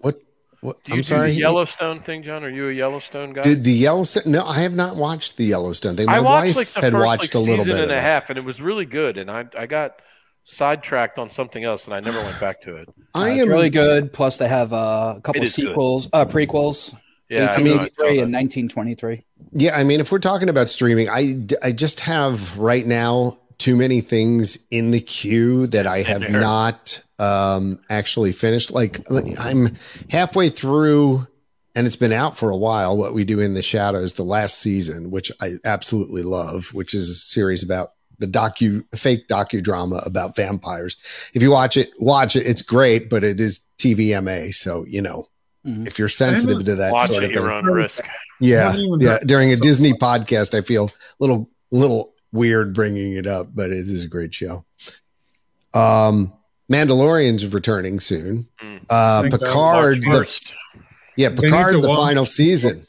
What,
do you
I'm
do
sorry.
the Yellowstone thing, John? Are you a Yellowstone guy?
Did the Yellowstone? No, I have not watched the Yellowstone thing. My
I watched
wife
like the
had
first
watched
like,
a little
season
bit of
and a
that.
half, and it was really good. And I I got sidetracked on something else, and I never went back to it.
I
Uh, it's
am
really good. Plus, they have uh, a couple
It is good.
sequels, uh, prequels,
Yeah, I know, I saw
1883
that.
and 1923.
Yeah, I mean, if we're talking about streaming, I I just have right now too many things in the queue that I have
Same here.
not um, actually finished. Like I'm halfway through, and it's been out for a while. What we do in the shadows, the last season, which I absolutely love, which is a series about the docu fake docudrama about vampires. If you watch it, watch it. It's great, but it is TVMA, so you know.
Mm-hmm.
Mhm.
If you're sensitive to that
Watch
sort
at
of thing,
your own risk.
yeah,
Haven't even
yeah.
done-
During a
so-
Disney podcast, I feel a little little weird bringing it up, but it is a great show. Um, Mandalorian's returning soon.
Mm.
Uh,
Thank God.
Picard,
Watch
the,
first.
yeah,
They need to
Picard, the
watch-
final season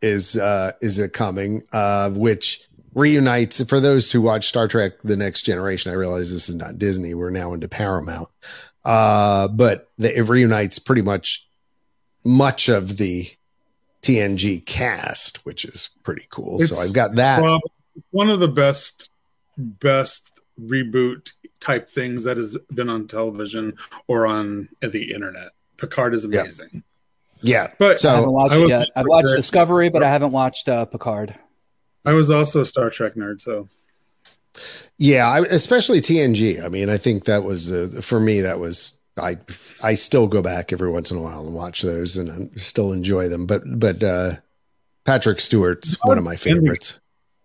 is uh is a coming, uh, which reunites for those who watch Star Trek: The Next Generation. I realize this is not Disney; we're now into Paramount, uh, but the, it reunites pretty much much of the TNG cast, which is pretty cool. so
It's
I've got that.
Prob- one of the best best reboot type things that has been on television or on the internet. Picard is
Yeah.
amazing.
Yeah.
But
I haven't
So
watched
I
it
was-
yet. I've watched Discovery, but I haven't watched uh, Picard.
I was also a Star Trek nerd, so
yeah, I, especially TNG. I mean, I think that was uh, for me. That was I. I still go back every once in a while and watch those, and I still enjoy them. But but uh, Patrick Stewart's
Oh,
one of my favorites.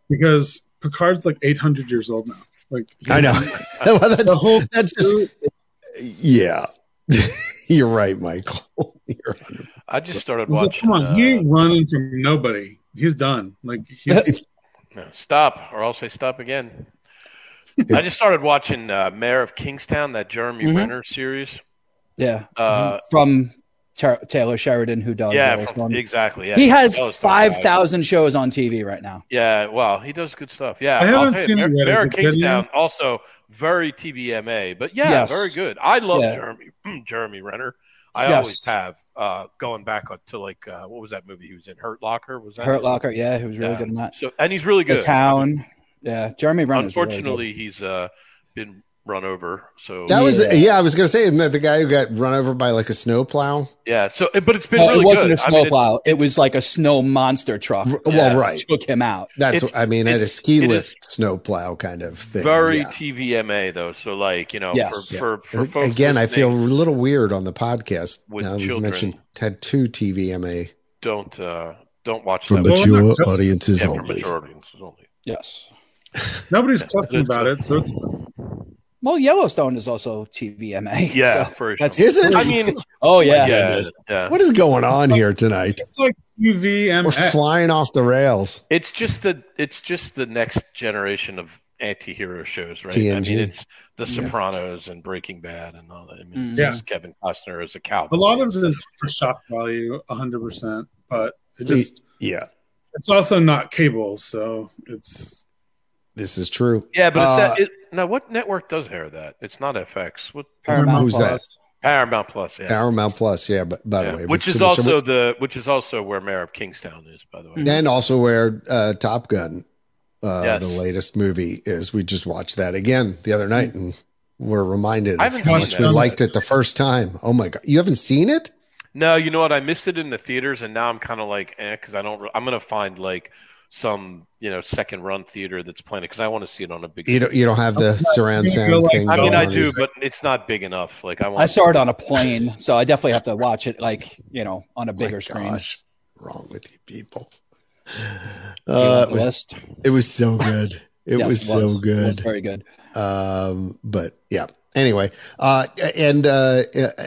because Picard's like 800 years old now. Like
I know. well,
the
that's
whole
that's just yeah. You're right, Michael. You're right.
I just started
He's like,
watching.
come on,
uh,
he ain't running from nobody. He's done. Like he's,
no, stop, or I'll say stop again. I just started watching uh, Mayor of Kingstown, that Jeremy
Mm-hmm.
Mhm.
Renner series.
Yeah.
Uh,
from Tar- Taylor Sheridan, who
Oh,
does
yeah,
Yellowstone.
from- exactly. Yeah,
He has
Yellowstone,
five
right.
thousand shows on TV right now.
Yeah, well, he does good stuff. Yeah,
I
I'll
haven't
tell
seen it yet.
Mayor
Is
of
it good
Kingstown also very TVMA, but yeah,
Yes.
very good. I love
Yeah.
Jeremy Jeremy Renner. I
Yes.
always have. Uh, going back to like uh, what was that movie he was in? Hurt Locker was that?
Hurt Locker, yeah, he was really
Yeah.
good in that.
So and he's really
The
good.
Town, yeah, Jeremy Renner.
Unfortunately, he's uh, been run over. So
That was
Yeah.
yeah. I was gonna say, isn't that the guy who got run over by like a snowplow?
yeah. So eh, but it's been
No,
really
it wasn't
good.
a
I mean, it's-
snowplow. it was like a snow monster truck.
R-
Yeah.
Well, right.
Took him out.
That's
It's-
I mean, at a
it's-
ski
it is
lift snowplow kind of thing.
very
yeah.
TVMA though. So like you know,
Yes.
for,
Yeah.
for for
And
folks
again, I feel a
listening,
little weird on the podcast.
With
now we've
children.
mentioned had two TVMA
don't uh, don't watch
for
that.
Well,
mature
not just-
audiences
Yeah, for
only.
mature audiences only.
Yes.
nobody's cussing about it. So it's
Well, Yellowstone is also TVMA.
Yeah,
so-
for
that's-
sure.
Is it?
I mean,
Oh yeah.
yeah,
goodness.
yeah.
What is going on here tonight?
it's like
We're
UVMX.
flying off the rails.
It's just the it's just the next generation of anti-hero shows, right? I
TNG.
mean, it's The
Yeah.
Sopranos and Breaking Bad and all that. I mean,
Mm.
it's just Kevin Costner as a cowboy.
A lot of it is for shock value, hundred percent, but it just
Yeah,
it's also not cable, so it's
this is true.
yeah, but
uh,
it's that, it, now what network does air that? It's not FX. What
Paramount
Who's that?
Plus.
Paramount Plus? Yeah,
Paramount Plus. Yeah, but by
Yeah.
the way,
which
too
is
much of
also the which is also where Mayor of Kingstown is, by the way.
it- and also where uh, Top Gun, uh,
Yes.
the latest movie, is. We just watched that again the other night, and we're reminded
I
of
haven't
how
seen
much
that.
we liked it the first time. Oh my god, you haven't seen it?
No, you know what? I missed it in the theaters, and now I'm kind of like, eh, because I don't. re- I'm gonna find like some you know second run theater that's playing it because I want to see it on a big.
You don't. You don't have the surround
You feel
sound
like-
thing.
I mean,
going
I
on.
do, but it's not big enough. Like I want.
I saw it on a plane, so I definitely have to watch it like you know on a
Oh My
bigger screen.
gosh, wrong with you people.
Do you
Uh,
want
it
the
was
list?
it was so good. It
Yes,
was so
It was
good.
very good.
um but yeah anyway uh and uh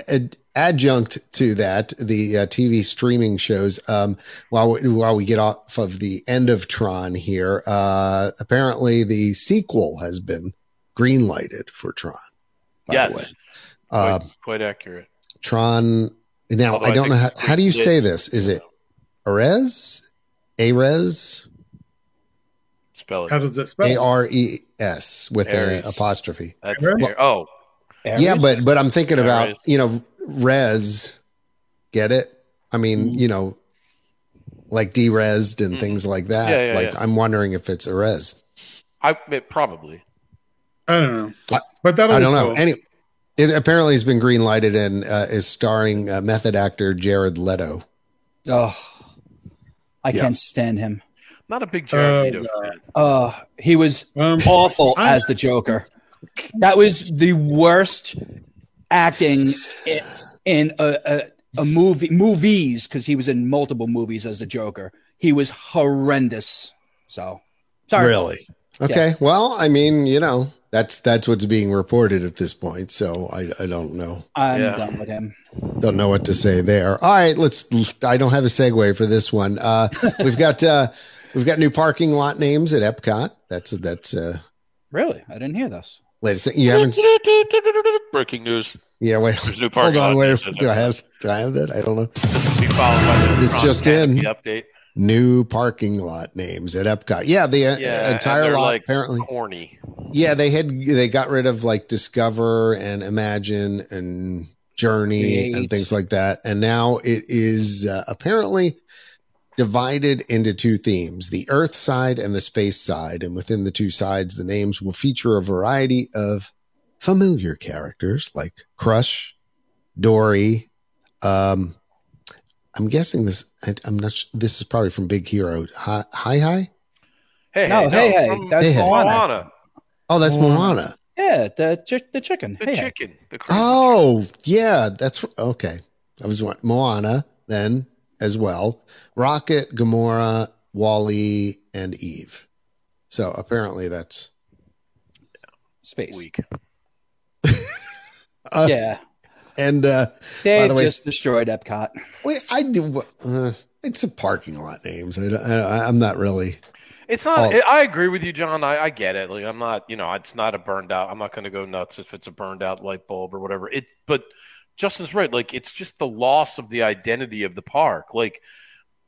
ad- adjunct to that the uh, tv streaming shows um while we, while we get off of the end of tron here uh apparently the sequel has been greenlighted for tron by
Yes.
the way
quite,
uh
quite accurate.
tron now
Although
i
I
don't know how,
think
how do you
it-
say this is it ares ares
Spell it.
how does it
a
spell?
r e s with an
Ares.
apostrophe
That's
Well-
near- oh,
Yeah,
Aries?
but but I'm thinking
Yeah,
about
res.
you know res, get it? I mean,
Mm-hmm.
Mhm.
you know, like deresed and
Mhm.
things like that.
Yeah, yeah,
like
yeah.
I'm wondering if it's a res.
I it, probably.
I don't know,
I-
but that'll
I
be
don't know.
cool.
Any, it apparently has been green lighted and uh, is starring uh, method actor Jared Leto.
oh, I
Yeah.
can't stand him.
Not a big Jared
Oh,
Leto
God.
fan.
Uh, he was
Um,
awful
I-
as the Joker. That was the worst acting in, in a, a, a movie movies because he was in multiple movies as the Joker. He was horrendous. So sorry.
Really? Okay. Well, I mean, you know, that's that's what's being reported at this point. So I, I don't know.
I'm
Yeah.
done with him.
Don't know what to say there. All right, let's. I don't have a segue for this one. Uh, we've got uh, we've got new parking lot names at Epcot. That's that's uh,
Really? I didn't hear this.
latest. Thing. You haven't.
Breaking news:
Yeah, wait.
There's new
Hold
parking
on.
lot
Wait.
news.
Do I have? Do I have that? I don't know.
Be followed by the
This
Tron
just in.
Canopy update.
New parking lot names at Epcot. Yeah, the uh,
Yeah, and
entire
they're,
lot
like,
apparently.
Corny.
Yeah, they had they got rid of like Discover and Imagine and Journey and
Create.
things like that, and now it is uh, apparently divided into two themes: the Earth side and the space side. And within the two sides, the names will feature a variety of familiar characters like Crush, Dory. Um, I'm guessing this. I, I'm not. Sh- this is probably from Big Hero. Hi, hi, hi.
Hey,
No, hey, hey,
from
that's
Hey, hey.
Moana.
Moana,
Oh, that's
Moana.
Moana.
Yeah, the chick the chicken.
the
hey, hey.
chicken, the crazy
Oh, yeah, that's okay. I was wa- Moana then as well. Rocket, Gamora, Wally, and Eve. So apparently that's
space.
week.
uh,
Yeah,
and uh
they
the way,
just destroyed Epcot.
wait, I do uh, it's a parking lot names. I don't, I don't- I'm not really
It's not.
Oh.
I I agree with you, John. I, I get it. Like I'm not. You know, it's not a burned out. I'm not going to go nuts if it's a burned out light bulb or whatever. It. But Justin's right. Like it's just the loss of the identity of the park. Like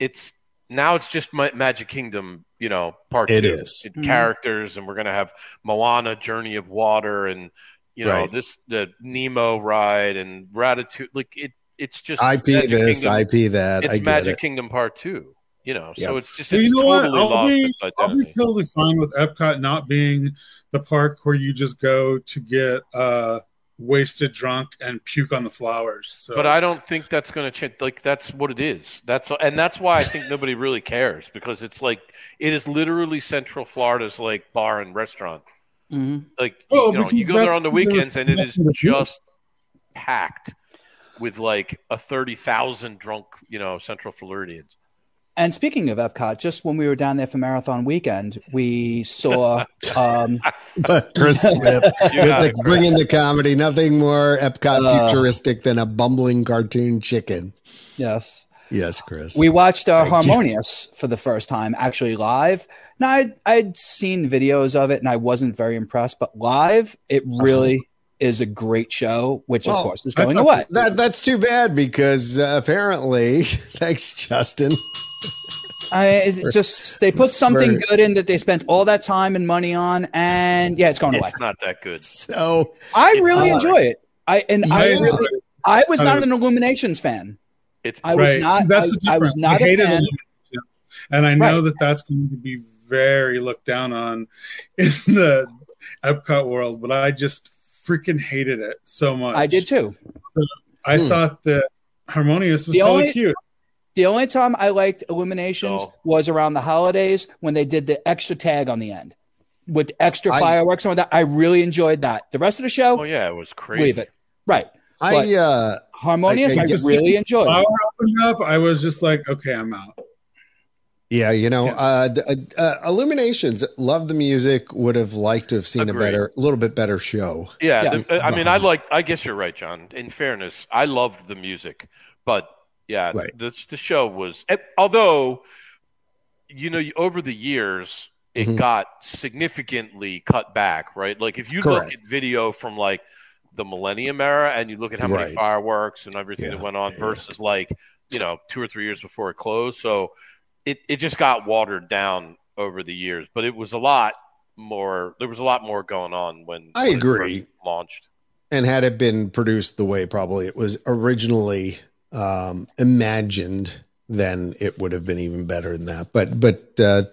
it's now it's just my, Magic Kingdom. You know, part
It
two.
is.
It-
Mhm.
characters, and we're going to have Moana, Journey of Water, and you know
Right.
this the Nemo ride and Ratatouille. Like it. It's just
IP
Magic
this,
Kingdom.
IP that.
It's
I get
Magic
it.
Kingdom Part Two. You know, so
Yeah.
it's just
Well,
it's
you know what?
totally
I'll
lost
be-
its
I'll
identity.
be totally fine with Epcot not being the park where you just go to get uh, wasted, drunk, and puke on the flowers. So.
But I don't think that's going to change. Like that's what it is. That's and that's why I think nobody really cares because it's like it is literally Central Florida's like bar and restaurant.
hmm
Like
Well,
you, know,
because
you go there
that's-
on the
because there's
weekends and it is
nothing to do.
just packed with like a thirty thousand drunk, you know, Central Floridians.
And speaking of Epcot, just when we were down there for marathon weekend, we saw um,
But Chris Smith
You
with
got
the,
it,
bringing the comedy, nothing more Epcot
Uh.
futuristic than a bumbling cartoon chicken.
yes,
Yes, Chris.
We watched uh,
Thank you.
Harmonious for the first time, actually live. Now I'd, I'd seen videos of it, and I wasn't very impressed. But live, it really is a great show, which
Well,
of course is
I
going to
thought-
what?
that that's too bad because uh, apparently, thanks, Justin.
I, it's just they put something
Right.
good in that they spent all that time and money on, and yeah, it's going away.
It's not that good.
So
I
it's
really
not.
enjoy it. I and I
Yeah.
really, I was
I
not an
mean-
Illuminations fan.
It's
I was
right.
not.
See, that's
I,
the
I
difference.
was not
I
a
hated
fan.
Illumination, and I know that that's going to be very looked down on in the Epcot world, but I just freaking hated it so much.
I did too.
I
Hmm.
thought that Harmonious was
The
totally
only-
cute.
The only time I liked Illuminations
No.
was around the holidays when they did the extra tag on the end with extra
I-
fireworks and all that. I really enjoyed that. The rest of the show,
oh yeah, it was crazy.
leave it. Right.
I uh,
Harmonious, I,
I
just-
really enjoyed.
Flower opened up. I was just like, okay, I'm out.
Yeah, you know,
Yeah.
Uh, the, uh, Illuminations, love the music, would have liked to have seen
Agreed.
a better, a little bit better show.
Yeah,
Yeah.
the- I mean, I like. I guess you're right, John. In fairness, I loved the music, but yeah,
Right.
the the show was. eh, Although, you know, you- over the years, it
Mhm.
got significantly cut back. Right, like if you look
Correct.
at video from like the Millennium era, and you look at how many
Right.
fireworks and everything
Yeah,
that went on
yeah, yeah.
versus like you know two or three years before it closed, so it it just got watered down over the years. But it was a lot more. There was a lot more going on when
I
when it first
agree.
launched.
And had it been produced the way probably it was originally um, imagined, then it would have been even better than that. But but uh,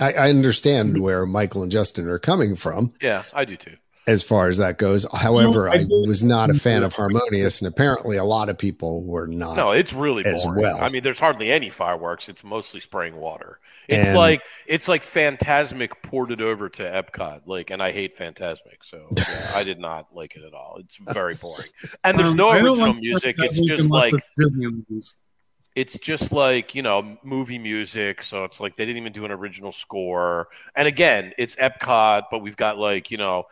I, I understand where Michael and Justin are coming from
Yeah, I do too.
as far as that goes. However,
No, I
I,
do-
was not a fan of Harmonious, and apparently a lot of people were not.
No, it's really boring.
Uh, as well.
I mean, there's hardly any fireworks. It's mostly spraying water. It's
And-
like it's like Phantasmic ported over to Epcot. Like, and I hate Phantasmic, so yeah, I did not like it at all. It's very boring, and there's
Um,
no
I don't
original
like
music. It's
Phantasmic
just
unless
like
it's Disney movies.
it's just like you know movie music so it's like they didn't even do an original score and again it's epcot but we've got like you know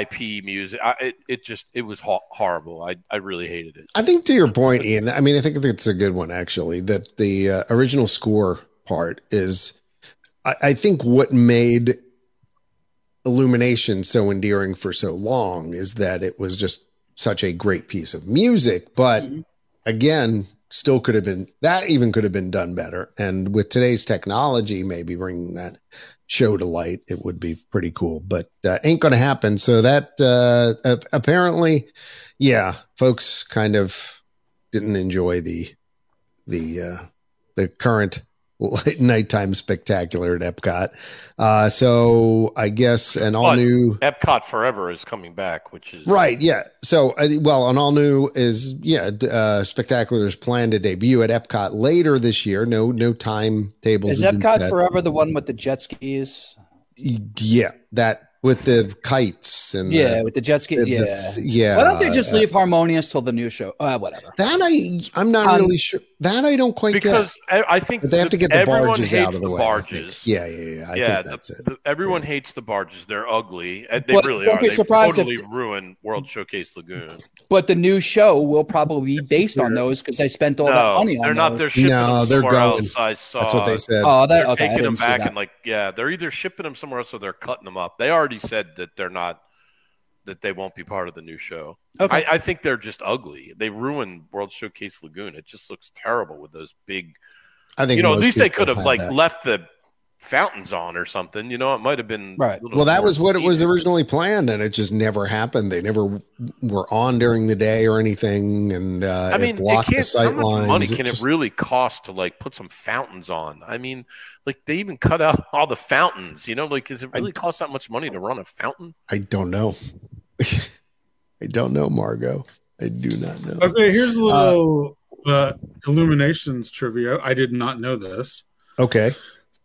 ip music I, it, it just it was ho- horrible I, I really hated it
I think to your point, Ian. I mean, I think that's a good one actually. That the uh, original score part is, I, I think, what made Illumination so endearing for so long is that it was just such a great piece of music. But
Mhm.
again, still could have been that even could have been done better. And with today's technology, maybe bringing that show to light, it would be pretty cool. But uh, ain't going to happen. So that uh, ap- apparently yeah, folks kind of didn't enjoy the the uh, the current nighttime spectacular at Epcot. Uh, so I guess an all
But-
new
epcot forever is coming back which is
right, yeah. So uh, well, an all new is yeah. d- Uh, spectacular is planned to debut at Epcot later this year. No, no timetables.
Is
have been
Epcot
set.
Forever the one with the jet skis?
Yeah, that with the kites and the-
yeah, with the jet ski.
the- the-
yeah.
yeah.
Why don't they just
uh,
leave Harmonious till the new show? Uh, whatever.
That I I'm not
Um,
really sure. That I don't quite get.
because e, I, I think
But they have to get the
everyone
barges
hates
out of the, way. I think.
barges
Yeah, yeah, yeah. I
yeah,
think that's
the-
it.
the- everyone hates the barges. They're ugly. and They
But
really
don't
are.
be
They
surprised if-
totally ruin World Showcase Lagoon.
But the new show will probably be based on those because they spent all that
No,
money on
they're not.
those.
They're shipping
No,
them
they're
somewhere
going.
else. I saw.
That's what they said.
oh, that,
they're
okay. I
taking them
didn't see
back
that.
and like yeah they're either shipping them somewhere else or they're cutting them up they already said that they're not that they won't be part of the new show
Okay.
I, I think they're just ugly they ruined world showcase lagoon it just looks terrible with those big
I think
you know at
most
least they
people
could have like
that.
left the fountains on or something you know it might have been a
Right.
little
Well, that
more
was what it was
convenient.
originally planned, and it just never happened. They never w- were on during the day or anything, and uh,
I mean,
it
it
blocked the
can't-
sight
how much
lines.
money can
just-
it really cost to like put some fountains on? I mean, like they even cut out all the fountains. You know, like does it
I-
really cost that much money to run a fountain?
I don't know. I don't know, Margot. I do not know.
Okay, here's a little uh, Illuminations trivia. I did not know this.
Okay.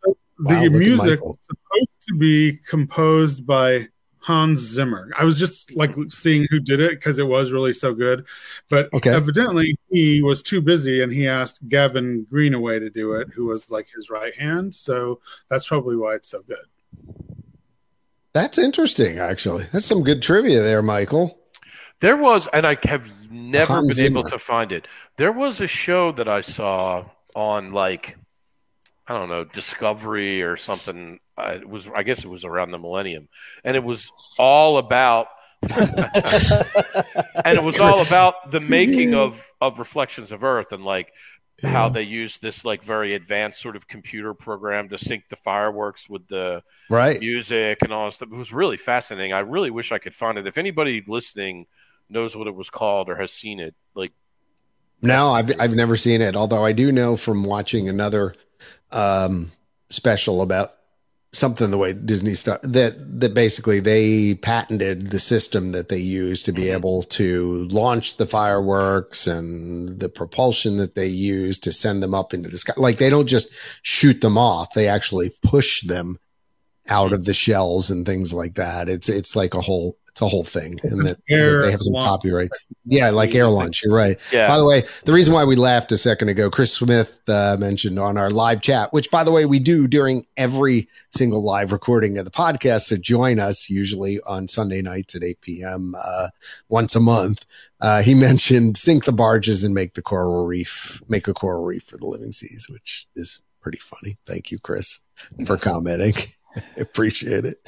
Wow,
the
look at
music
Michael.
was supposed to be composed by Hans Zimmer. I was just like seeing who did it because it was really so good, but
Okay.
evidently he was too busy and he asked Gavin Greenaway to do it, who was like his right hand. So that's probably why it's so good.
That's interesting, actually. That's some good trivia there, Michael.
There was, and I have never
Hans
been able
Zimmer.
to find it. There was a show that I saw on like I don't know Discovery or something. I, it was I guess it was around the millennium, and it was all about and it was all about the making of of Reflections of Earth and like how they used this like very advanced sort of computer program to sync the fireworks with the
right.
music and all that stuff. It was really fascinating. I really wish I could find it. If anybody listening knows what it was called or has seen it, like
No, I've I've never seen it. Although I do know from watching another um, special about something the way Disney stuff that that basically they patented the system that they use to be
Mm-hmm.
Mhm.
able to launch the fireworks and the propulsion that they use to send them up into the sky. Like they don't just shoot them off; they actually push them
Mm-hmm.
out of the shells and things like that. It's it's like a whole it's a whole thing, and that, that
Air
they have some
launch.
copyrights. Yeah, like air launch. You're right. By
yeah,
the way, the reason why we laughed a second ago, Chris Smith uh, mentioned on our live chat, which by the way, we do during every single live recording of the podcast. So join us usually on Sunday nights at 8 p.m. Uh, once a month. Uh, he mentioned sink the barges and make the coral reef, make a coral reef for the living seas, which is pretty funny. Thank you, Chris, for commenting. Appreciate it.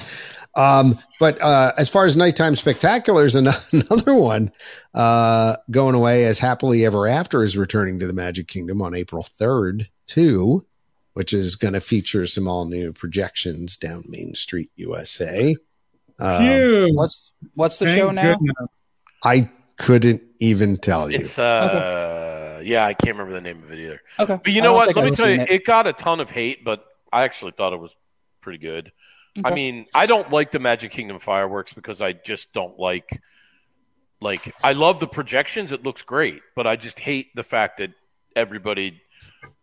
Um, but uh, as far as nighttime spectaculars, an- another one uh, going away as happily ever after is returning to the Magic Kingdom on April third too, which is going to feature some all new projections down Main Street, USA. Um,
Phew.
What's what's the
Thank
show now?
goodness.
I couldn't even tell you.
it's uh, yeah, I can't remember the name of it either.
Okay,
But you
I
know
don't
what?
think
Let
I've
me tell
seen
you, it. got a ton of hate, but I actually thought it was pretty good. I
Okay.
mean, I don't like the Magic Kingdom fireworks because I just don't like like I love the projections, it looks great, but I just hate the fact that everybody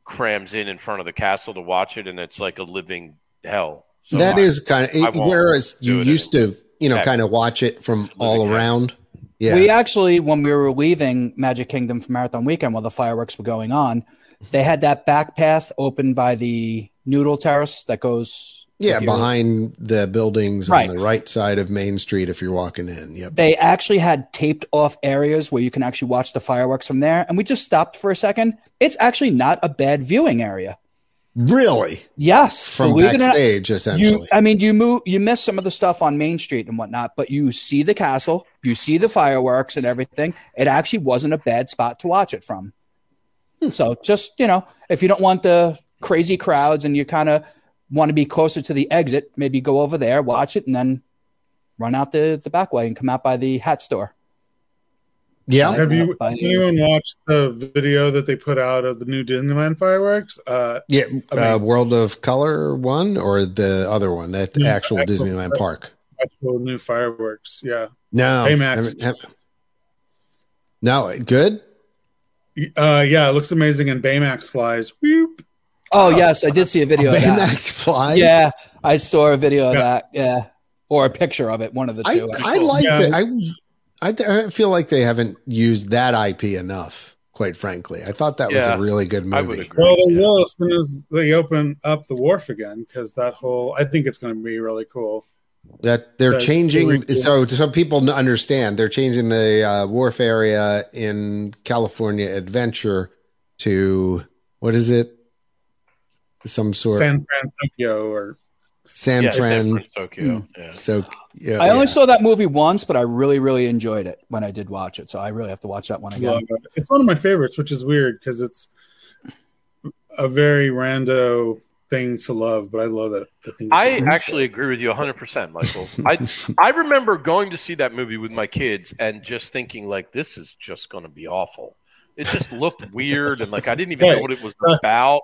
crams in in front of the castle to watch it and it's like a living hell. So
that
I-
is kind
I
of
won't
whereas
do
you
it
used to, you know,
Yeah.
kind of watch it from
Living
all
hell.
around. Yeah,
We actually, when we were leaving Magic Kingdom for Marathon Weekend, while the fireworks were going on, they had that back path open by the Noodle Terrace that goes.
yeah,
if you're-
behind the buildings
Right.
on the right side of Main Street if you're walking in. Yep.
They actually had taped off areas where you can actually watch the fireworks from there, and we just stopped for a second. It's actually not a bad viewing area.
Really?
Yes,
From
believe it or not-
backstage, essentially.
You, I mean, you move, you miss some of the stuff on Main Street and whatnot, but you see the castle, you see the fireworks and everything. It actually wasn't a bad spot to watch it from.
Hmm.
So just you know, if you don't want the crazy crowds and you kind of want to be closer to the exit, maybe go over there, watch it, and then run out the the back way and come out by the hat store.
yeah.
Have you
By-
anyone watched the video that they put out of the new Disneyland fireworks? Uh,
Yeah. Uh,
Amazing.
World of Color one or the other one, that the
Yeah,
actual
actual-
Disneyland park.
actual new fireworks. Yeah.
No.
Hey, Max.
Haven't- haven't- no, good.
Uh, yeah, it looks amazing. And Baymax flies. Whoop.
Oh yes, I did see a video of that.
Baymax flies.
Yeah, I saw a video of
Yeah.
that. Yeah, or a picture of it. One of the
I,
two.
I like
Yeah.
that. I, I, th- I feel like they haven't used that IP enough, quite frankly. I thought that was
Yeah,
a really good
I would
movie.
agree.
Well, they
yeah.
will as soon as they open up the wharf again, because that whole I think it's going to be really cool.
That they're
That's
changing.
really cool.
So, some people n- understand they're changing the uh, wharf area in California Adventure to what is it? Some sort San,
San Francisco or
San
Yeah, San
Fran.
Fran, Tokyo. Yeah.
So, yeah,
I only
Oh, yeah.
saw that movie once, but I really, really enjoyed it when I did watch it. So I really have to watch that one again.
love it. It's one of my favorites, which is weird because it's a very rando thing to love, but I love it. I, think it's
I
awesome.
actually agree with you 100%, Michael. I I remember going to see that movie with my kids and just thinking like this is just going to be awful. It just looked weird and like I didn't even know
Right.
what it was
Uh.
about.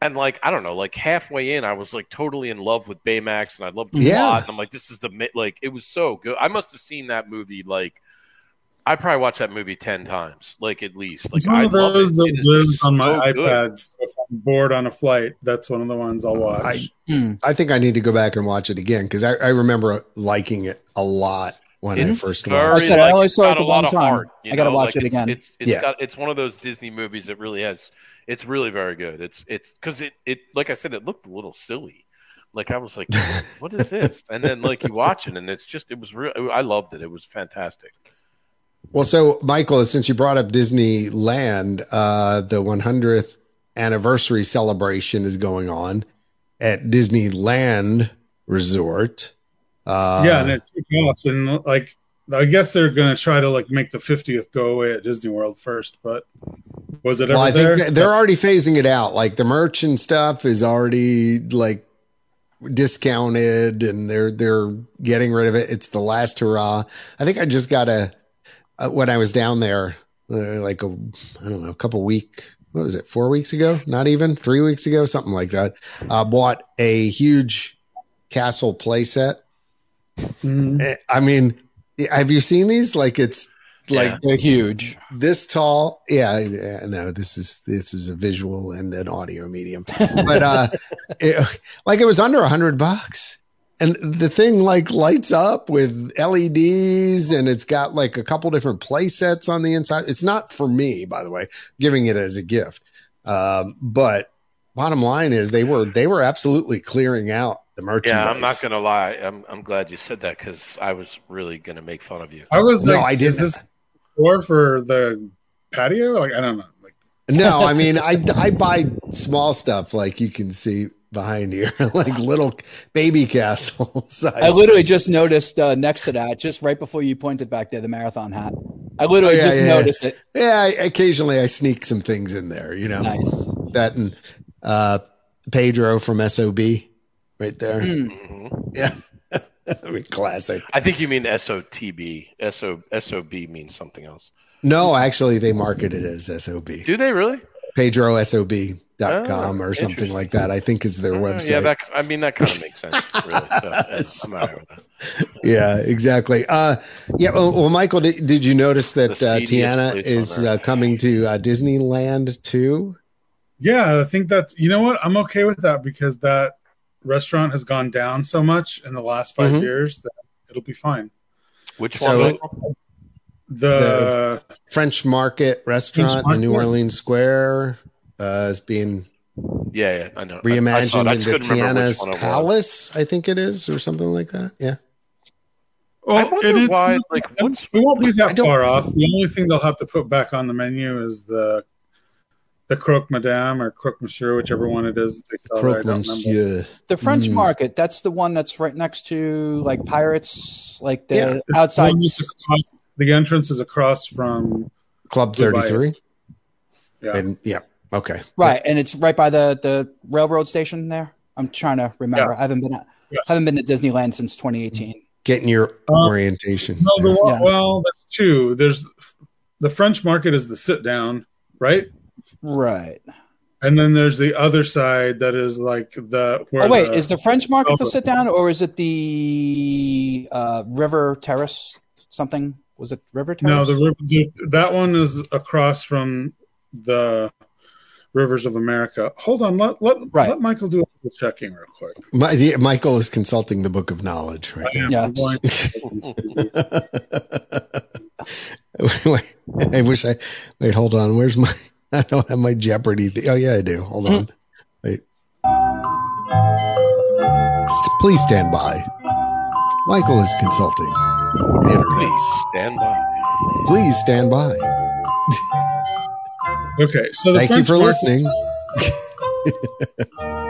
And like I don't know, like halfway in, I was like totally in love with Baymax, and I loved the
Yeah.
plot. And I'm like, this is the mi- like it was so good. I must have seen that movie like I probably watched that movie ten times, like at least. Like
it's one
I
of
love
those
it.
that
It is
lives on my
so good.
iPad. So if I'm bored on a flight, that's one of the ones I'll watch.
I-
Hmm.
I think I need to go back and watch it again because I, I remember liking it a lot when I
It's
first
very,
watched
I said I
like,
only
it's
saw it
got
the
a lot
one
of
time.
heart, you
I gotta
know,
watch
like,
it again.
It's it's, it's
Yeah.
got it's one of those Disney movies that really has it's really very good. It's it's because it it like I said it looked a little silly. Like I was like, what is this? And then like you watch it and it's just it was real. I loved it. It was fantastic.
Well, so Michael, since you brought up Disneyland, uh, the 100th anniversary celebration is going on at Disneyland Resort. Uh,
yeah, and it took off, and like I guess they're gonna try to like make the 50th go away at Disney World first, but was it ever
well, I
there?
think that they're already phasing it out. Like the merch and stuff is already like discounted, and they're they're getting rid of it. It's the last hurrah. I think I just got a uh, when I was down there, uh, like a I don't know, a couple week. What was it? Four weeks ago? Not even three weeks ago, something like that. Uh, bought a huge castle playset.
Mhm.
Eh, I mean, have you seen these? Like it's like
They're huge.
this tall yeah, yeah no this is this is a visual and an audio medium but uh it, like it was under a hundred bucks and the thing like lights up with leds and it's got like a couple different play sets on the inside it's not for me by the way giving it as a gift um but bottom line is they were they were absolutely clearing out the merchandise
Yeah, I'm not gonna lie. I'm I'm glad you said that because I was really gonna make fun of you.
I was
No,
like,
I
is
didn't.
this or for the patio? Like I don't know. Like
No, I mean, I I buy small stuff like you can see behind here, like little baby castle size.
I literally just noticed uh, next to that, just right before you pointed back there, the marathon hat. I literally
Oh, yeah,
just
yeah, yeah.
noticed it.
yeah, I, occasionally I sneak some things in there, you know
Nice.
that and uh, Pedro from Sob, right there.
Mm.
Mhm.
I mean, classic.
I think you mean SOTB. SO SOB means something else.
No, actually, they market it as Sob.
Do they really?
PedroSob.com
Oh,
or something
interesting.
like that. I think is their
Uh,
website.
Yeah, that I mean that kind of makes sense. Really, so, yeah, I'm all right with that.
yeah exactly uh yeah well, well, michael did, did you notice that
The
uh,
seediest
tiana
place on
is
earth.
uh, coming to uh, disneyland too
Yeah, I think that's you know what I'm okay with that because that restaurant has gone down so much in the last 5
Mhm.
years that it'll be fine.
Which
So-
one?
The,
french market restaurant
French
in new
Market?
orleans square uh is being
Yeah, yeah, I know. I- I saw it.
reimagined
I just
into
couldn't remember which
tiana's
one it was.
palace i think it is or something like that yeah
I
well, and
wonder
it's
why.
not-
Like, what's
we won't be
I
that
don't-
far off. The only thing they'll have to put back on the menu is the the croque madame or croque monsieur, whichever one it is. They sell there, Oh, I
Croque
don't remember.
Monsieur.
The French
Mm.
market, that's the one that's right next to like Pirates, like the
Yeah.
outside.
One is across- The entrance is across from
club
Blue Bayou.
33
Yeah.
and yeah okay
Right. And it's right by the, the railroad station there. I'm trying to remember. I haven't been at,
yes.
haven't been to Disneyland since 2018.
getting your
Um,
orientation
No, the
there.
one,
Yeah.
well, there's two. There's the French market is the sit down, right?
Mm.
Right.
And then there's the other side that is like the where
Oh, wait.
the,
Is the French market the
Over.
sit down or is it the uh, River Terrace something? Was it River
no
Terrace?
the, river- the that one is across from the Rivers of America. Hold on, let let,
Right.
let Michael do a little checking real quick.
My, yeah, michael is consulting the book of knowledge right now
Yes.
I'm going to-
Wait, I wish I wait. Hold on. Where's my? I don't have my Jeopardy. Thing. Oh yeah, I do. Hold on. Wait. St- please stand by. Michael is consulting. the Internets.
stand by?
Please stand by.
okay, so the
Thank you
French
for
market-
listening.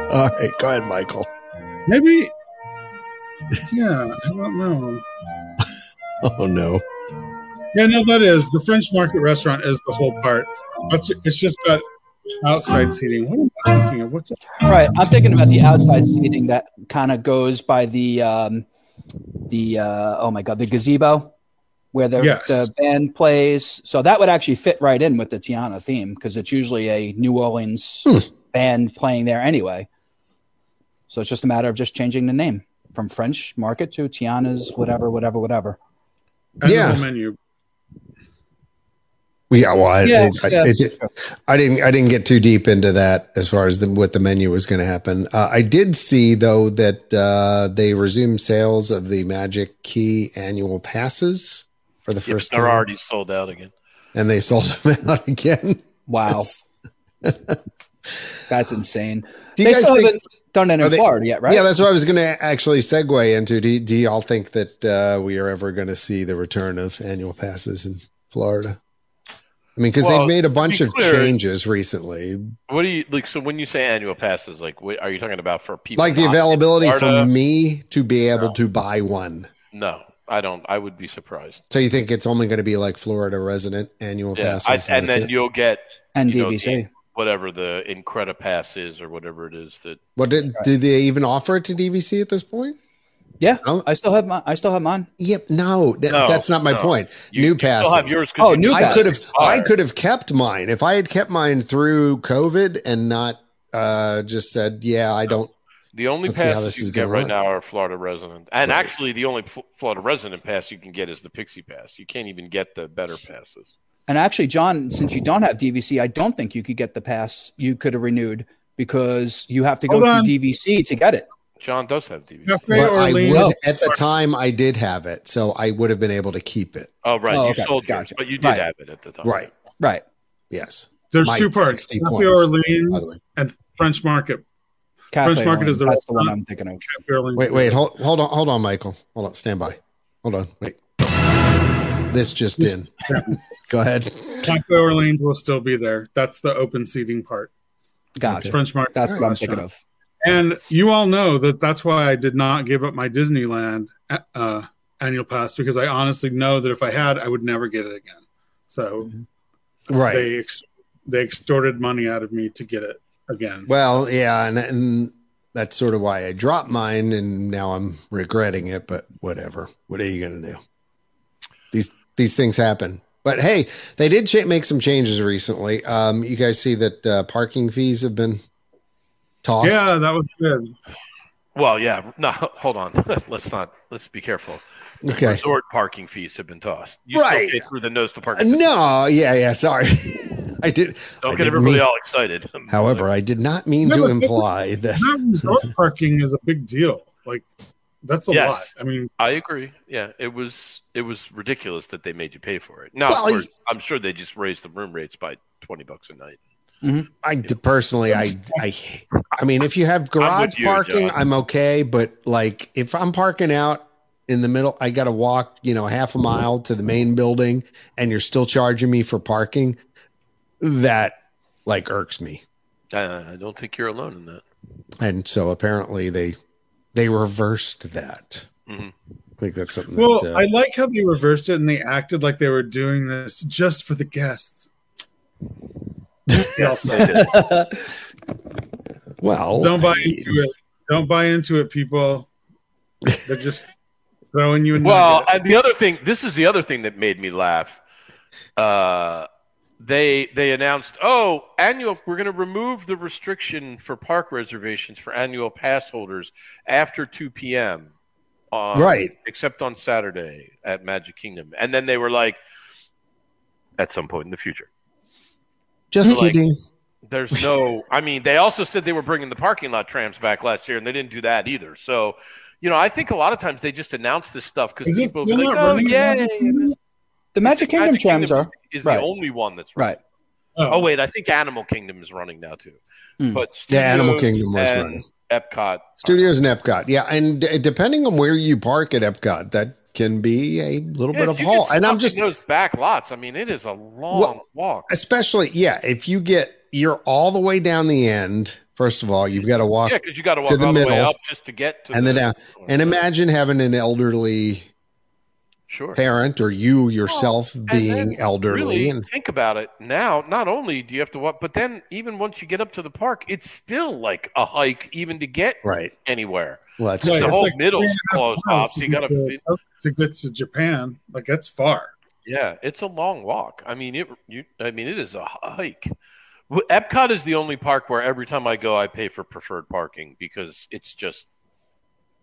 All right, go ahead, Michael.
Maybe, yeah, I don't know.
Oh no.
Yeah, no, that is the French Market restaurant is the whole part. That's it's just got outside seating. What am I thinking of? What's up?
Right. I'm thinking about the outside seating that kind of goes by the um the uh oh my god, the gazebo where the,
Yes.
the band plays. So that would actually fit right in with the Tiana theme because it's usually a New Orleans band playing there anyway. So it's just a matter of just changing the name from French Market to Tiana's whatever whatever whatever.
And the
Yeah.
whole menu.
Yeah, well, I,
Yeah,
I,
yeah.
I, it- I didn't. I didn't get too deep into that as far as the, what the menu was going to happen. Uh, I did see though that uh, they resumed sales of the Magic Key annual passes for the
Yeah, but
first
they're
time,
already sold out again.
and they sold them out again.
Wow, that's insane.
Do you
they
guys
still
think?
haven't done it
are
in
they-
Florida yet, right?
Yeah, that's what I was going to actually segue into. Do, do y'all think that uh, we are ever going to see the return of annual passes in Florida? I mean, because
Well,
they've made a bunch
be
of
clear-
changes recently,
What do you like? So when you say annual passes, like, what are you talking about for people?
like the
not in
availability for
Florida?
me to be able to buy one.
No, I don't. I would be surprised.
So you think it's only going to be like Florida resident annual
Yeah, I,
passes?
and
that's
then
it?
you'll get
and
You know,
DVC.
whatever the Incredipass is or whatever it is that.
what did do they even offer it to DVC at this point?
yeah,
I'll-
I still have my, I still have mine.
Yep. No, that,
No,
that's not my
no.
point.
You,
new
you still have
passes.
yours 'cause
Oh,
you-
new
I could have.
passes.
I could have kept mine if I had kept mine through COVID and not uh, just said, "Yeah, I don't."
The only
Let's see how
passes
this is
you can get
gonna
right
work.
now are Florida resident, and
Right.
actually the only F- Florida resident pass you can get is the Pixie Pass. You can't even get the better passes.
And actually, John, since you don't have DVC, I don't think you could get the pass you could have renewed because you have to go
Hold
through
on.
DVC to get it.
John does have DVC.
Jeffrey
But I
Orlean,
would at the time. I did have it, so I would have been able to keep it.
Oh, right,
Oh,
you
okay.
sold yours,
Gotcha.
but you did
Right.
have it at the time.
Right.
Right.
Yes.
there's
my
two parts.
60
Jeffrey
points, by
Orleans
the way.
and French Market.
Cafe
French Market
Orange,
is the
that's the one
restaurant.
I'm thinking of.
Jeffrey Orleans.
Wait, wait, hold, hold on, hold on, Michael. Hold on, stand by. Hold on, wait. This just in. Go ahead.
Cafe Orleans will still be there. That's the open seating part.
Gotcha.
French Market.
That's what I'm
restaurant.
thinking of.
And you all know that that's why I did not give up my Disneyland uh, annual pass because I honestly know that if I had, I would never get it again. So
Right.
they ex- they extorted money out of me to get it again.
Well, yeah, and, and that's sort of why I dropped mine, and now I'm regretting it. But whatever. What are you gonna do? These these things happen. But hey, they did cha- make some changes recently. Um, you guys see that uh, parking fees have been tossed.
yeah, that was good.
Well, yeah. No, hold on. let's not. Let's be careful.
Okay.
Resort parking fees have been tossed. You still
Right.
pay through the nose to park.
No. Yeah. Yeah. Sorry. I did. I
Don't
didn't
get everybody
mean-
all excited.
However, I did not mean to
No, it's-
imply that.
That resort parking is a big deal. Like that's a
Yes.
lot. I mean,
I agree. Yeah, it was it was ridiculous that they made you pay for it. Now,
Well,
of course, I'm sure they just raised the room rates by twenty bucks a night.
I d- personally, I, I, I mean, if you have garage
you,
parking,
John.
I'm okay. But like, if I'm parking out in the middle, I got to walk, you know, half a mile to the main building, and you're still charging me for parking. That like irks me.
Uh, I don't think you're alone in that.
And so apparently they they reversed that.
Mhm.
I think that's something.
well,
that, uh,
I like how they reversed it and they acted like they were doing this just for the guests. They all suck.
well,
Don't buy
I-
into it. Don't buy into it, people. They're just throwing you in. the
Well,
pit.
and the other thing, this is the other thing that made me laugh. Uh, they they announced, oh, annual, we're going to remove the restriction for park reservations for annual pass holders after two p.m. On,
Right.
except on Saturday at Magic Kingdom, and then they were like, at some point in the future,
Just
like-
kidding.
there's no. I mean, they also said they were bringing the parking lot trams back last year, and they didn't do that either. So. You know, I think a lot of times they just announce this stuff because
Is it
people
still
be like,
not
"Oh,
running
yeah,
around?
The Magic Kingdom trams
Kingdom
are
is, is
Right.
the only one that's running.
right.
Oh wait, I think Animal Kingdom is running now too.
Hmm.
But
Yeah, Animal
Studios
Kingdom was
and
running.
Epcot.
Studios and Epcot. Yeah, and d- depending on where you park at Epcot, that can be a little
Yeah,
bit
if
of
you
haul.
get
And I'm
stuck in
just
those back lots. I mean, it is a long
Well-
walk.
especially yeah, if you get you're all the way down the end, first of all, you've got to walk
Yeah, because you got to walk
uh, To the
all the way
middle.
up just to get to
and
the
then down. And imagine having an elderly
sure.
parent or you yourself being
then
elderly
Really,
and
think about it now. Not only do you have to walk, but then even once you get up to the park, it's still like a hike even to get
right.
anywhere.
Well, that's
Right,
true.
the
it's
whole
like
middle's
three and a half
closed
miles
off,
to
so you
get
gotta-
to, to get to Japan. Like that's far.
Yeah, it's a long walk. I mean, it. You, I mean, it is a hike. W- Epcot is the only park where every time I go, I pay for preferred parking because it's just.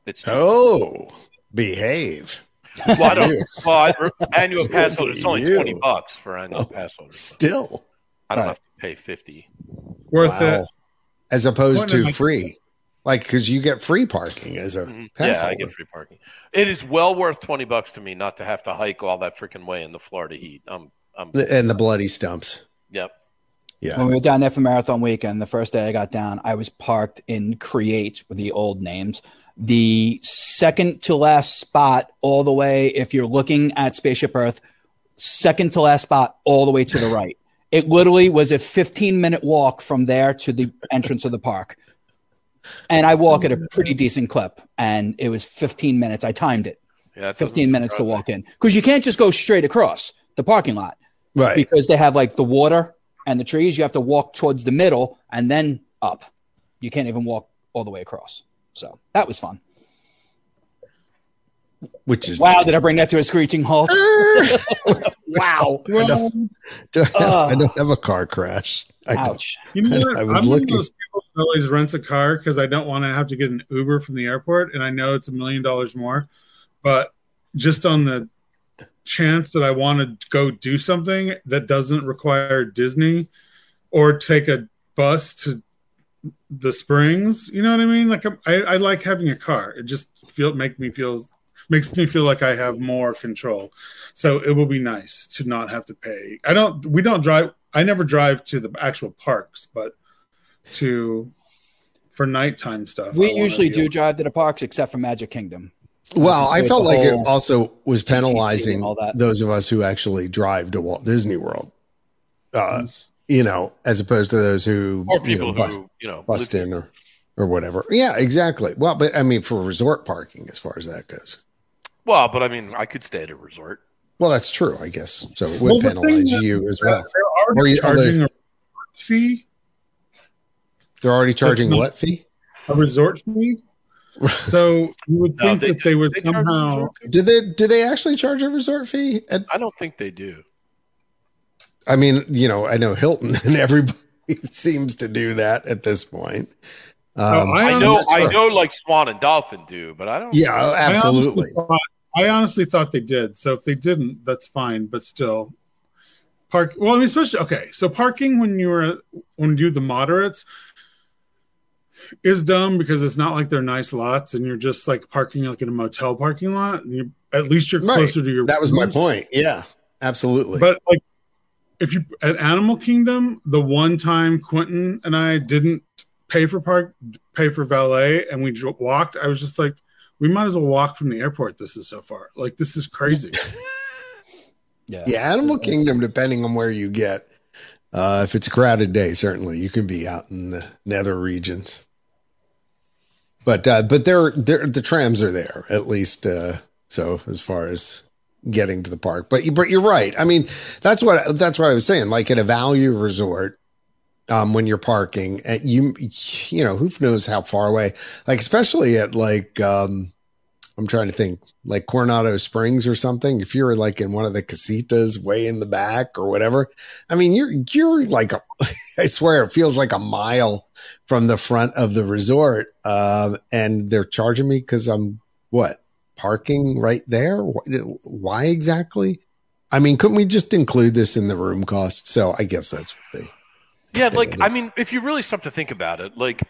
It's
Oh, behave.
well, I don't,
you.
well, I- annual pass holder. It's only
You.
twenty bucks for annual
Oh.
pass holders.
Still.
I don't
Right.
have to pay fifty.
Worth it.
As opposed
Point
to
of my-
free. Like cuz you get free parking as a
Mhm.
pass
yeah, I
holder.
get free parking. It is well worth twenty bucks to me not to have to hike all that freaking way in the Florida heat. I'm, I'm,
and the bloody stumps.
yep.
Yeah.
When we were down there for marathon weekend, the first day I got down, I was parked in Create with the old names. The second to last spot, all the way, if you're looking at Spaceship Earth, second to last spot, all the way to the right. It literally was a 15 minute walk from there to the entrance of the park. And I walk at a pretty decent clip, and it was 15 minutes. I timed it
Yeah, that doesn't
15 minutes to
surprise me.
walk in because you can't just go straight across the parking lot
Right.
because they have like the water and the trees. You have to walk towards the middle and then up. You can't even walk all the way across. So that was fun.
Which is
Wow, did I bring that to a screeching halt? wow.
Well,
Ah.
I don't have a car crash. I don't.
Ouch.
You know, what?
I
I'm
was
one of
looking.
those people that always rents a car because I don't want to have to get an Uber from the airport, and I know it's a million dollars more, but just on the chance that I want to go do something that doesn't require Disney or take a bus to the Springs, you know what I mean? Like I'm- I, I like having a car. It just feel make me feel makes me feel like I have more control. So it will be nice to not have to pay. I don't. We don't drive. I never drive to the actual parks, but to for nighttime stuff. I
We
wanna
usually
be
do
able-
drive to the parks except for Magic Kingdom.
Well, I
With
felt
the
like it
whole
also was penalizing
and all that.
those of us who actually drive to Walt Disney World. Uh,
Mm.
you know, as opposed to those who
Or
you know,
people
bust,
who you know
bust
live-
in or or whatever. Yeah, exactly. Well, but I mean, for resort parking, as far as that goes.
Well, but I mean, I could stay at a resort.
Well, that's true, I guess. So it
Well,
would
the thing
penalize
is-
you as well.
They're
Or
already
you- are they-
charging a resort fee,
They're already charging
not-
what fee?
a resort fee. So you would
No,
think
they
that they would
They charge a
somehow.
resort fee?
Do they do they actually charge a resort fee? At,
I don't think they do.
I mean, you know, I know Hilton and everybody seems to do that at this point. Um,
No,
I
I'm
know,
not
I
sure.
know, like Swan and Dolphin do, but I don't.
yeah,
I honestly
absolutely.
thought- I honestly thought they did. So if they didn't, that's fine. But still, park. Well, I mean, especially okay. So parking when you were when you do the moderates is dumb because it's not like they're nice lots, and you're just like parking like in a motel parking lot. And you, at least you're
Right.
closer to your.
That was my
room.
point. Yeah, absolutely.
But like, if you at Animal Kingdom, the one time Quentin and I didn't pay for park, pay for valet, and we dro- walked, I was just like, we might as well walk from the airport. This is so far. Like, this is crazy.
Yeah.
yeah, Animal
It's-
Kingdom, depending on where you get, uh, if it's a crowded day, certainly you can be out in the nether regions. But uh, but they're, they're the trams are there at least. Uh, so as far as getting to the park, but you, but you're right. I mean, that's what that's what I was saying. Like at a value resort, um, when you're parking, at you you know who knows how far away. Like especially at like um, I'm trying to think like Coronado Springs or something, if you're like in one of the casitas way in the back or whatever, I mean, you're you're like a, I swear, it feels like a mile from the front of the resort, um, and they're charging me because I'm what parking right there. Wh- Why exactly? I mean, couldn't we just include this in the room cost? So I guess that's what they.
Yeah,
They
like
do.
I mean, if you really stop to think about it, like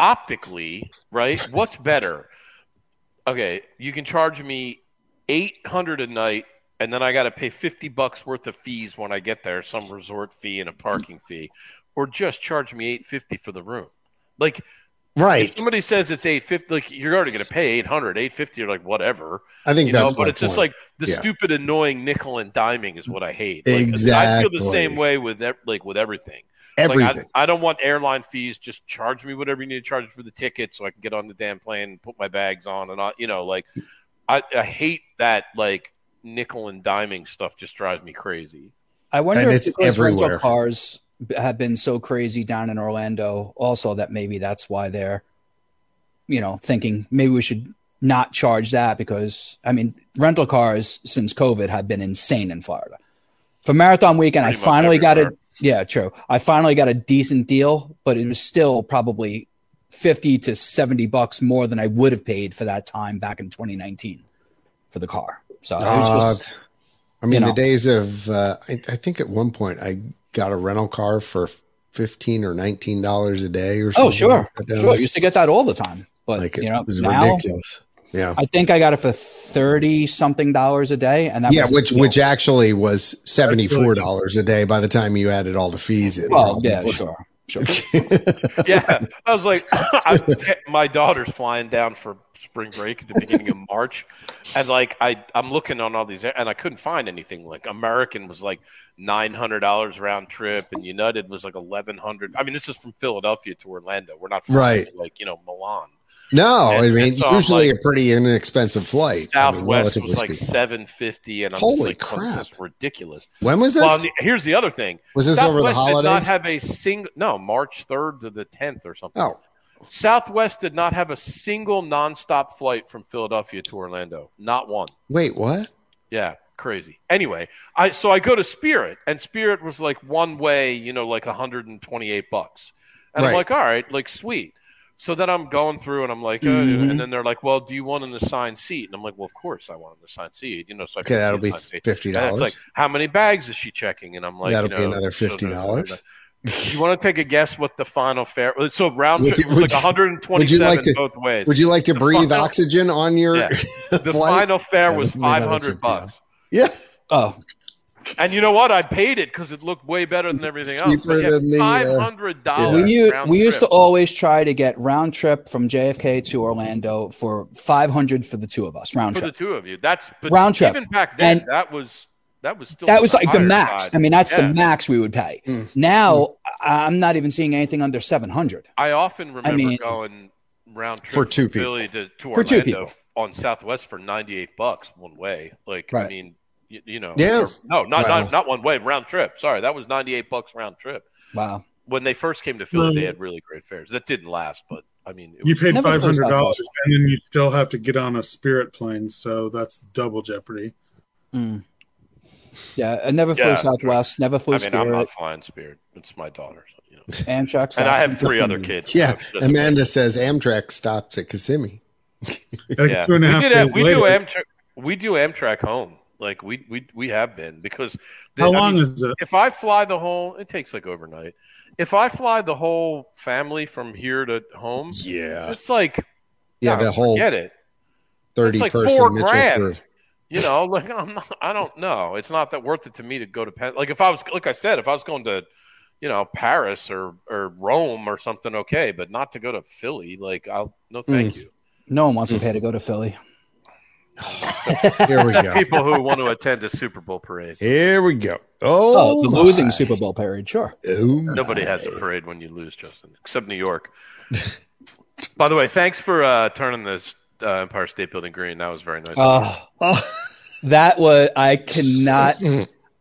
optically, right? What's better? Okay, you can charge me eight hundred a night, and then I got to pay fifty bucks worth of fees when I get there, some resort fee and a parking fee, or just charge me eight fifty for the room. Like if
Right.
somebody says it's eight fifty, like you're already going to pay 800, 850, You're like whatever,
I think
you know.
that's
But
my
it's just
point.
like the
Yeah.
stupid, annoying nickel and diming is what I hate. Like, I feel the
Exactly.
same way with ev- like with everything. Like,
everything.
I, I don't want airline fees. Just charge me whatever you need to charge for the ticket, so I can get on the damn plane, and put my bags on, and I, you know, like I, I hate that like nickel and diming stuff. Just drives me crazy.
I wonder
And
if
it's
the rental
everywhere.
cars b- have been so crazy down in Orlando also that maybe that's why they're, you know, thinking maybe we should not charge that because I mean, rental cars since COVID have been insane in Florida. For marathon weekend,
Pretty
I
much
finally got a
everywhere.
yeah, true. I finally got a decent deal, but it was still probably 50 to 70 bucks more than I would have paid for that time back in 2019 for the car. So it was
Uh,
just
I mean,
you know.
the days of uh, I, I think at one point I got a rental car for fifteen or nineteen dollars a day or something.
Oh, sure.
like that.
Sure. I used to get that all the time. But,
Like it
you know,
was
now
ridiculous. Yeah,
I think I got it for 30 something dollars a day. And that
yeah.
was,
Which
you know,
which actually was seventy four dollars a day by the time you added all the fees in.
well, yeah,
probably.
sure. Sure.
yeah, I was like, I, my daughter's flying down for spring break at the beginning of March, and like I, I'm looking on all these, and I couldn't find anything. Like American was like nine hundred dollars round trip, and United was like eleven hundred. I mean, this is from Philadelphia to Orlando. We're not flying
Right.
to, like you know Milan.
No,
And
I mean
it's on,
usually
like,
a pretty inexpensive flight. I mean,
Southwest was like
speaking.
seven fifty, and I'm
Holy
just like, this
crap.
is ridiculous.
When was this?
Well, the- here's the other thing:
was this over the
Southwest did not
holidays?
have a single no March third to the tenth or something.
oh,
Southwest did not have a single nonstop flight from Philadelphia to Orlando. Not one.
wait, what?
Yeah, crazy. Anyway, I so I go to Spirit, and Spirit was like one way, you know, like 128 bucks. And I'm
Right.
like, all right, like sweet. So then I'm going through and I'm like, uh,
Mm-hmm.
Mhm.
and then they're like, well, do you want an assigned seat? And I'm like, well, of course I want an assigned seat. You know, so I
Okay,
pick the
that'll be
assigned seat.
fifty
And it's like,
dollars.
how many bags is she checking? And I'm like,
that'll
you
be
know,
another
so-
fifty dollars.
you want to take a guess what the final fare? So round
Would
trip
you-
was
would
like
you-
127
would you like to-
both ways.
Would you like to
The
breathe
final-
oxygen on your
Yeah. the
flight?
final fare
Yeah,
was
that'd be another
500 bucks.
Yeah,
Oh,
And you know what? I paid it because it looked way better than everything else.
cheaper than the, uh,
Five hundred dollars.
we, u- we used to always try to get round trip from JFK to Orlando for 500 for the two of us round
for the
trip.
two of you. That's but
Round trip.
Even back then,
And-
that was that was still
That
on
was like the
higher
max.
side.
I mean, that's
Yeah.
the max we would pay.
Mm.
Now I- I'm not even seeing anything under 700.
I often remember
mean-
going round trip
For two
from Philly to, to
For
Orlando
two people.
on Southwest for ninety eight bucks one way. Like I
Right.
mean, you, you know,
Yeah.
or- no, not
Wow.
not not one way round trip. Sorry, that was ninety eight bucks round trip.
Wow.
When they first came to Philly,
Mm.
they
Right.
had really great fares. That didn't last, but I mean, it
You
was,
paid
Never
five
flew
hundred
Southwest.
dollars, and then you still have to get on a Spirit plane, so that's double jeopardy.
Mm. Yeah, I never flew
Yeah.
Southwest, never
I
flew
mean, I'm
Spirit,
not flying Spirit. It's my daughter. So, you know.
Amtrak.
and I have
Southwest,
three other
Kissimmee.
kids.
yeah.
so it doesn't-
Amanda says Amtrak stops at Kissimmee.
Like
yeah.
two and a half
we, did,
days
we
later.
do Amtrak. We do Amtrak home. Like we we we have been because the-
How
I
long
mean,
is it?
if I fly the whole, it takes like overnight. If I fly the whole family from here to home,
Yeah,
it's like
yeah.
no,
The whole
get it.
thirty
It's like four
person Mitchell
grand.
crew.
You know, like I'm not, I don't know. It's not that worth it to me to go to Penn. Like if I was, like I said, if I was going to, you know, Paris or or Rome or something, okay, but not to go to Philly. Like I'll no, thank
Mm.
you.
No one wants to pay to go to Philly.
Here we go.
People who want to attend a Super Bowl parade.
Here we go.
Oh,
Oh,
the
my.
losing Super Bowl parade, sure.
Oh,
Nobody has a
my.
parade when you lose, Justin, except New York. By the way, thanks for uh, turning this uh, Empire State Building green. That was very nice.
Oh,
Oh.
that was I cannot.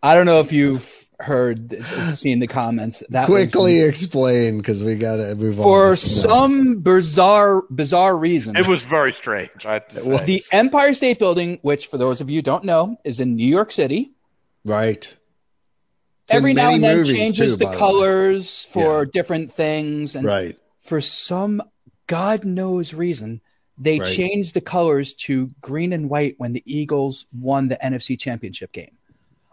I don't know if you've heard, seen the comments. That was-
quickly explain because we gotta move on.
for
to something else.
some bizarre bizarre reason.
it was very strange. I have to
It
say.
was.
the Empire State Building, which for those of you who don't know, is in New York City.
right. It's in
Every now
many
and then
movies,
changes
too, by
the
way.
colors for different things and
Right.
for some god knows reason they
Right.
changed the colors to green and white when the Eagles won the NFC Championship game.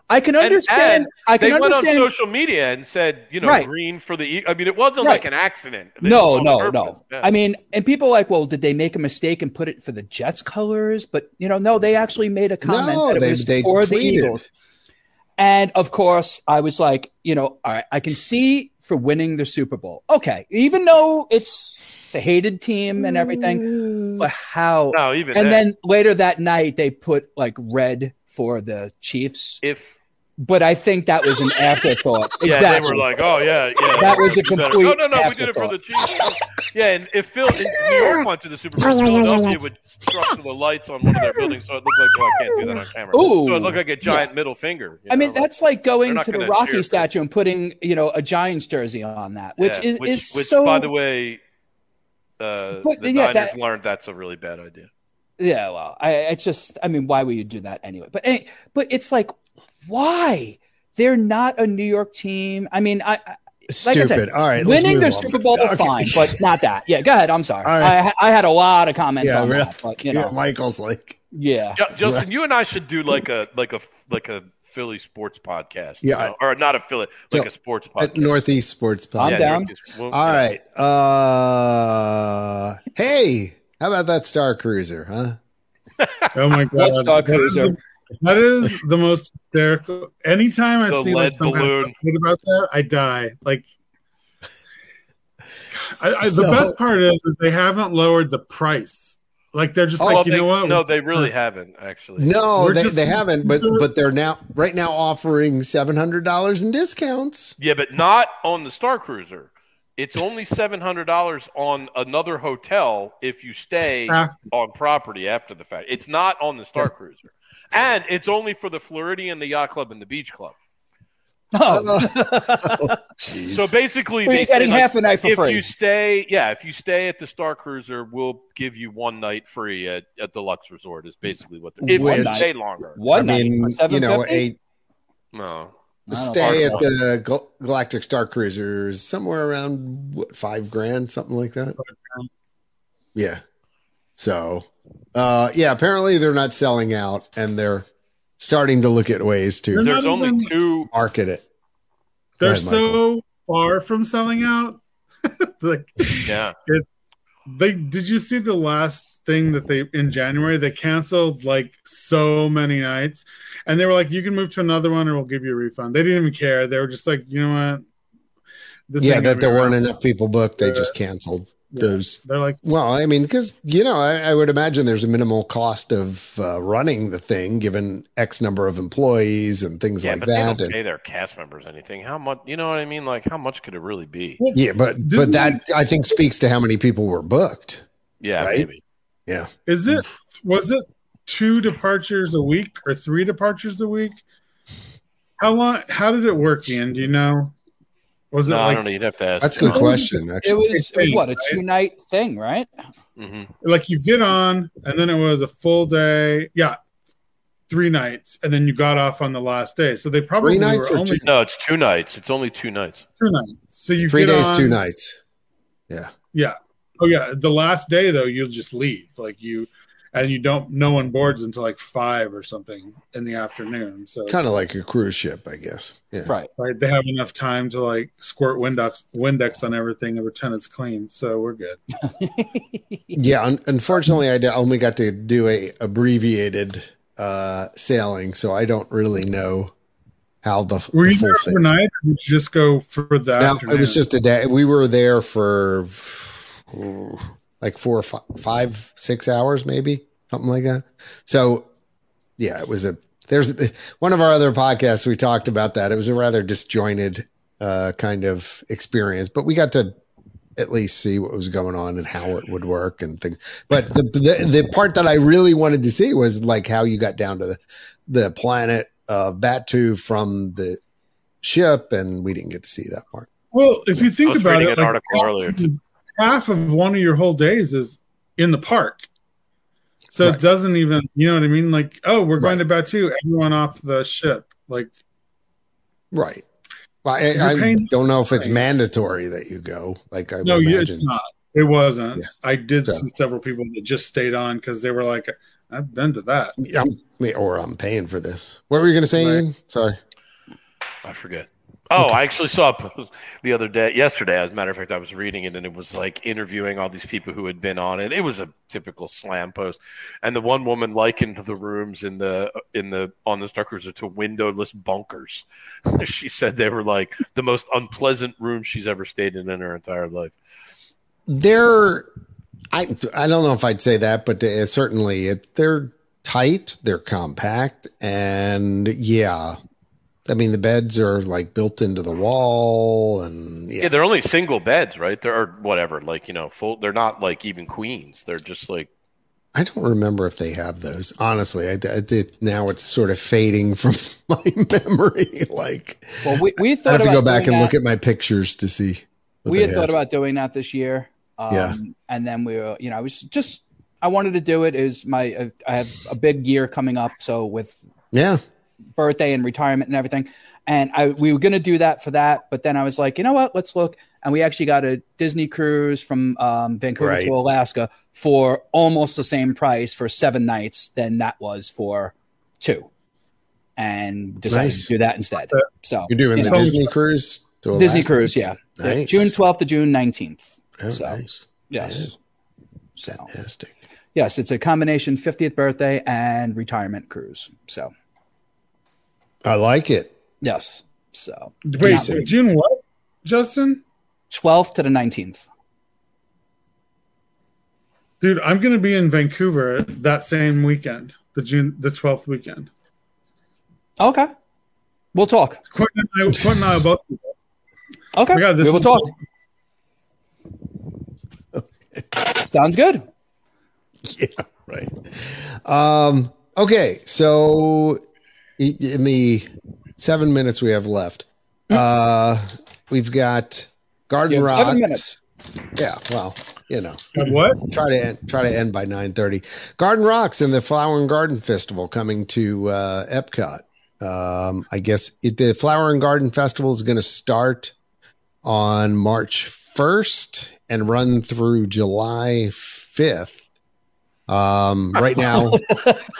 I can
And-
understand.
and
I
They
can
went on
understand.
social media and said, you know,
Right.
green for the. E- I mean, it wasn't
Right.
like an accident. It
no,
was on
no,
purpose.
no.
Yeah.
I mean, and people are like, well, did they make a mistake and put it for the Jets colors? But you know, no, they actually made a comment
No,
that it
they-
was
they
for the
tweeted.
Eagles. And of course, I was like, you know, all right, I can see for winning the Super Bowl. Okay, even though it's the hated team and everything,
Mm.
but how
no, even
and
then,
then later that night they put like red for the Chiefs,
if
but I think that was an afterthought.
yeah,
exactly.
they were like, oh yeah, yeah,
That was a
better.
complete
"Oh, No, no, no, we did it for the Chiefs. Yeah, and if Phil if New York went to the Super Bowl, Philadelphia would structure the lights on one of their buildings, so it looked like oh, I can't do that on camera.
Ooh.
so it looked like a giant middle finger. you
I mean,
know, like-
that's like going
not
to the
gonna cheer
Rocky
for-
statue and putting, you know, a Giants jersey on that, which
Yeah,
is,
which,
is
which,
so.
By the way, uh,
But,
the
yeah,
Niners
that-
learned that's a really bad idea.
yeah, well, I, it's just, I mean, why would you do that anyway? But any- but it's like, why they're not a New York team? I mean, I, I like I
Stupid.
said,
All right. let's
winning
move
the
on.
Super Bowl
Okay.
fine, but not that. Yeah, go ahead. I'm sorry.
All right.
I I had a lot of comments
Yeah,
on
really.
that, but you
yeah,
know,
Michael's like,
yeah.
Ju- Justin, you and I should do like a like a like a Philly sports podcast. you
Yeah, I-
know? or not a Philly, like
No,
a sports
at
podcast.
Northeast Sports Podcast.
I'm
Yeah,
down.
just- well,
All
yeah.
right. Uh, hey, how about that Star Cruiser, huh?
Oh my god!
Let's talk
That is
cruiser.
the- that is the most hysterical. Anytime I
The
see like
lead
some kind of
balloon.
update about that, I die. Like I, I,
So-
the best part is, is they haven't lowered the price. Like they're just
Oh,
like,
Well,
you
they-
know what?
No, they really haven't actually.
No,
We're
they,
just-
they haven't, but but they're now right now offering seven hundred dollars in discounts.
Yeah, but not on the Star Cruiser. It's only seven hundred dollars on another hotel if you stay
After-
on property after the fact. It's not on the Star Cruiser, and it's only for the Floridian, the yacht club, and the beach club.
Uh,
Oh,
So basically,
you're
they say,
getting
like,
half a night for
if
free.
you stay, yeah, if you stay at the Star Cruiser, we'll give you one night free at, at the Lux Resort. Is basically what they're. If
One
you
night.
stay longer,
I
One
mean,
night, for
you know,
750?
a
no.
I don't
stay at
think so.
the Gal- Galactic Star Cruiser is somewhere around what, five grand, something like that. Yeah. So, uh, yeah, apparently they're not selling out, and they're starting to look at ways to
They're
There's
not
only
even-
two.
market it. Go
They're
ahead, Michael.
so far from selling out. like
Yeah,
they did you see the last thing that they in January they canceled like so many nights and they were like you can move to another one or we'll give you a refund. They didn't even care. They were just like, you know what? This
yeah,
ain't
that
gonna be
there weren't
around."
enough people booked, they
Yeah.
just canceled
Yeah.
those
They're like
Well, I mean, because you know, I, I would imagine there's a minimal cost of uh, running the thing, given X number of employees and things
yeah,
like
but
that.
they don't
And,
pay their cast members anything. How much? You know what I mean? Like, how much could it really be?
yeah, but but
Didn't-
that I think speaks to how many people were booked.
Yeah,
Right?
maybe.
Is it was it two departures a week or three departures a week? How long how did it work, Ian? Do you know? Was it
No, I
like
don't know. You'd have to ask.
That's a good
No.
question.
It
Actually,
was it was what a
Right?
two night thing, right?
Mhm.
like you get on and then it was a full day? Yeah. Three nights and then you got off on the last day. So they probably
Three nights
were
or
only
two-
No, it's two nights. It's only two nights.
two nights. So you
three
get
days,
on-
two nights.
Oh yeah. The last day though, you'll just leave. Like you and you don't no one boards until like five or something in the afternoon. So
Kind of like a cruise ship, I guess. Yeah.
Right.
right? They have enough time to like squirt Windex Windex on everything and pretend it's clean, so we're good.
Yeah. Un- unfortunately, I d- only got to do a abbreviated uh, sailing, so I don't really know how the,
Were
the
you there
full thing.
overnight? Or did you just go for the
No,
afternoon?
it was just a day. We were there for oh, like four, or fi- five, six hours, maybe something like that. So, yeah, it was a. There's one of our other podcasts we talked about that. It was a rather disjointed uh, kind of experience, but we got to at least see what was going on and how it would work and things. But the the, the part that I really wanted to see was like how you got down to the the planet of Batu from the ship, and we didn't get to see that part.
well. If you think
I was
about
reading
it,
an
like,
article earlier.
half of one of your whole days is in the park, so
Right.
it doesn't even. You know what I mean? Like, oh, we're going
Right.
to Batu. Everyone off the ship. Like,
Right. Well, I,
You're
I
paying-
don't know if it's
Right.
mandatory that you go. Like I would
no, you-
imagine.
it's not. It wasn't.
Yes.
I did
So-
see several people that just stayed on because they were like, "I've been to that."
Yeah, I'm- or I'm paying for this. What were you going to say?
Right.
Ian? Sorry.
I forget. Oh, I actually saw a post the other day, yesterday, as a matter of fact, I was reading it and it was like interviewing all these people who had been on it. It was a typical slam post. And the one woman likened the rooms in the in the on the Star Cruiser to windowless bunkers. she said they were like the most unpleasant room she's ever stayed in in her entire life.
They're, I, I don't know if I'd say that, but it, certainly it, they're tight, they're compact, and yeah. I mean, the beds are like built into the wall, and yeah,
Yeah, they're only single beds, right? They're or whatever, like you know, full they're not like even queens. They're just like
I don't remember if they have those. Honestly, I, I did, now it's sort of fading from my memory. Like,
Well, we, we
I
thought
have to
about
go back
doing
and
that.
look at my pictures to see. what
we
they
had thought about doing that this year. Um,
Yeah.
And then we were, you know, I was just, I wanted to do it. Is my, uh, I have a big year coming up. So with
yeah,
birthday and retirement and everything. And I, we were going to do that for that. But then I was like, you know what? Let's look. And we actually got a Disney cruise from um, Vancouver
Right.
to Alaska for almost the same price for seven nights than that was for two. And decided
Nice.
to do that instead. So
you're doing
you
the
know,
Disney cruise. To
Disney
Alaska?
cruise. Yeah.
Nice.
June 12th to June 19th.
Oh,
so.
nice.
Yes. So
Fantastic.
yes, it's a combination 50th birthday and retirement cruise. So
I like it.
yes, so
Wait,
Decent.
June what? Justin?
12th to the 19th.
Dude, I'm going to be in Vancouver that same weekend, the June the 12th weekend.
Okay. We'll talk.
Quentin and I, Quentin and I are both.
Okay.
Oh my God, this
we will
is-
talk. Sounds good.
yeah, right. Um, okay, so i- in the seven minutes we have left, uh, we've got Garden
You have
Rocks.
seven minutes.
Yeah, well, you know,
What?
try to end, try to end by nine thirty. Garden Rocks and the Flower and Garden Festival coming to uh, Epcot. Um, I guess it, the Flower and Garden Festival is going to start on March first and run through July fifth. Um, right now, what?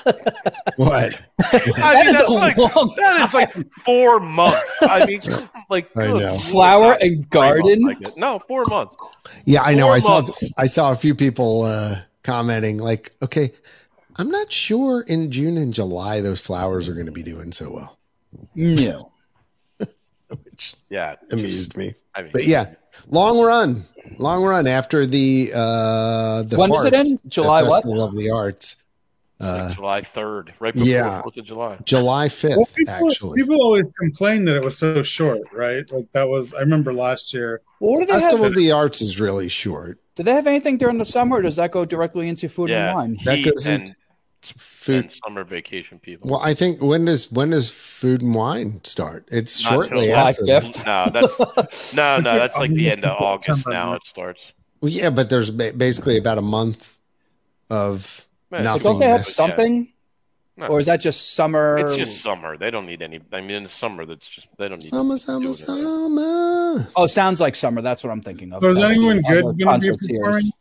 I
That
mean,
is
that's
a
like
long
that is like four months. I mean, like
I
good
know.
Flower
Lord, not
and
three months
garden.
like it. no, four months.
Yeah, I know.
Four
I saw
months.
I saw a few people uh, commenting like, okay, I'm not sure in June and July those flowers are going to be doing so well,
No.
which
Yeah,
amused me.
I mean,
But yeah, long run, long run after the uh, the
When does it
farts,
end?
the
July what?
Festival of the Arts,
it's like
uh,
July third, right before
yeah.
Fourth of July.
July
Well,
fifth,
people,
actually.
people always complain that it was so short, right? Like that was. I remember last year.
Well, what do they have?
Festival of the Arts is really short.
Do they have anything during the summer? Or does that go directly into food
Yeah.
and wine?
That
Heat
goes
and,
in- Food.
and summer vacation people.
Well, I think when does when does food and wine start? It's
Not
shortly
till
July
after. that.
fifth.
No, that's no, no. That's like the end of August.
September.
Now it starts.
Well, yeah, but there's ba- basically about a month of
Man,
Nothing.
But don't they have
Yeah.
something?
No.
Or is that just summer?
It's just summer. They don't need any. I mean, in the summer, that's just they don't need.
summer, summer, summer.
Oh, sounds like summer. That's what I'm thinking of.
So is
That's the
anyone good
other
going to
concert
be
series.
performing?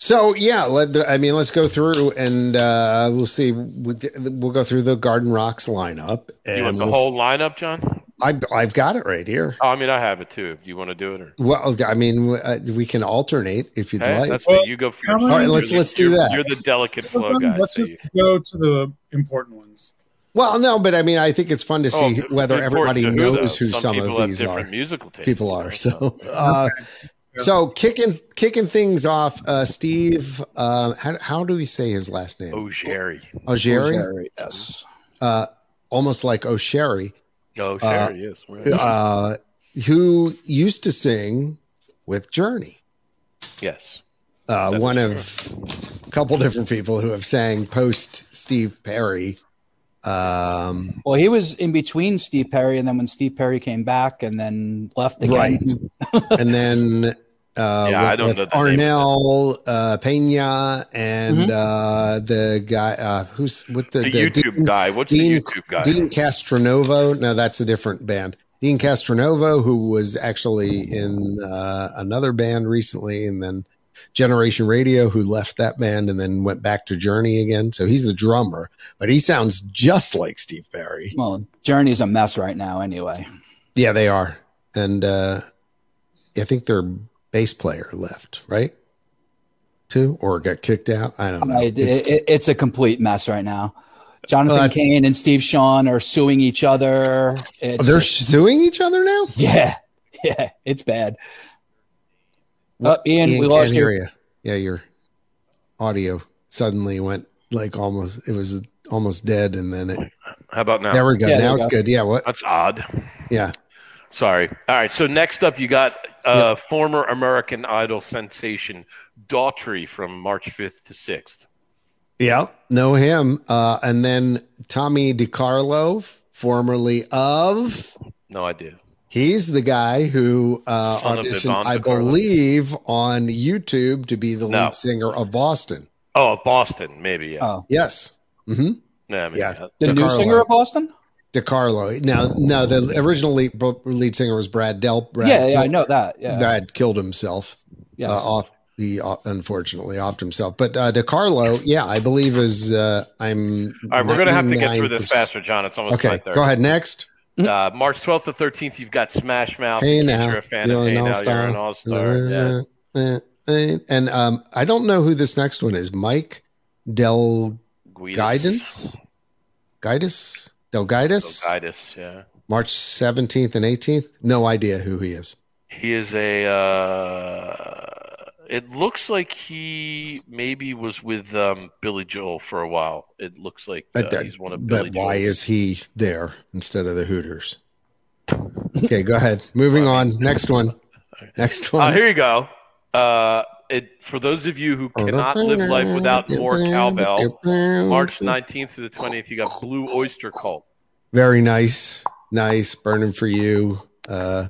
So yeah, let the, I mean, let's go through and uh, we'll see. With the- We'll go through the Garden Rocks lineup. And
You want the
we'll-
whole lineup, John?
I, I've got it right here.
Oh, I mean, I have it too. If you want to do it, or
Well, I mean, uh, we can alternate if you'd
hey,
like.
that's the,
Well,
you go first.
All
right,
You're
let's-
the-
let's do
you're-
that.
You're the delicate flow
Well,
guy.
Let's
so
just
you-
go to the important ones.
Well, no, but I mean, I think it's fun to see
Oh,
whether
important
everybody
to though.
knows who some,
people
of
have
these
different
are.
Musical tastes,
people
you know,
are. So, uh, so kicking kicking things off, uh, Steve. Uh, how, how do we say his last name?
oh, Sherry.
O'Sherry.
Jerry, Yes.
Uh, almost like O'Sherry,
Oh,
Uh,
Sherry. yes. right.
uh, who used to sing with Journey.
yes.
Uh,
That's
one of a couple different people who have sang post Steve Perry. Um,
Well, he was in between Steve Perry, and then when Steve Perry came back, and then left again.
Right. and then uh,
Yeah, I don't
with,
know
with
the name of it.
Arnell uh, Pena and
Mhm.
uh, the guy uh, who's with the,
The,
the
YouTube
Dean,
guy. What's
Dean-
the YouTube guy?
Dean Castronovo. No, that's a different band. Dean Castronovo, who was actually in uh, another band recently, and then Generation Radio, who left that band and then went back to Journey again. So he's the drummer, but he sounds just like Steve Perry.
Well, Journey's a mess right now, anyway.
Yeah, they are. And uh, I think their bass player left, right? Too, or got kicked out. I don't know.
I- it-
It's-
it- it's a complete mess right now. Jonathan
Well, that's-
Kane and Steve Sean are suing each other. It's,
they're suing each other now.
yeah, yeah, it's bad. Uh, Ian,
Ian
we
can't
lost
hear
you.
you. Yeah, your audio suddenly went like almost. It was almost dead, and then it.
How about now?
There we go.
Yeah, there
now
we
it's
go.
good. Yeah. What?
That's odd.
Yeah.
Sorry. All right. So next up, you got uh, former American Idol sensation Daughtry from March 5th to 6th.
Yeah. Know him. Uh, and then Tommy DiCarlo, formerly of.
No idea.
He's the guy who uh,
Son of
auditioned,
Yvonne
I
DiCarlo.
believe, on YouTube to be the
No.
lead singer of Boston.
Oh, Boston, maybe. Yeah.
Oh,
Yes. hmm
yeah, I mean,
Uh, yeah.
the
DiCarlo.
new singer of Boston.
DiCarlo. Now, no, the original lead, lead singer was Brad Delp. Brad
yeah, yeah,
killed-
I know that. Yeah,
Brad killed himself.
yes.
uh, off he uh, unfortunately offed himself. But uh, DeCarlo, yeah, I believe is uh, I'm.
All right. We're going to have to get through
99%
this faster, John. It's almost
Okay,
right there.
go ahead next.
Uh, March 12th to 13th, you've got Smash Mouth.
Hey
In case
now,
You're a fan
you're
of
an
Hey Now.
all-star.
You're an all star. Yeah.
Uh, And um, I don't know who this next one is. Mike Del
Guidus.
Guidance, Guidus Del Guidus,
Guidus, yeah.
March seventeenth and eighteenth. No idea who he is.
He is a uh, It looks like he maybe was with um, Billy Joel for a while. It looks like uh,
But that-
he's one of Billy
But why
Joel's-
is he there instead of the Hooters? Okay, go ahead. Moving on. Next one. Next
Uh,
one.
here you go. Uh, it for those of you who cannot live life without more cowbell. March 19th to the 20th, you got Blue Oyster Cult.
Very nice. Nice. Burning for you. Uh,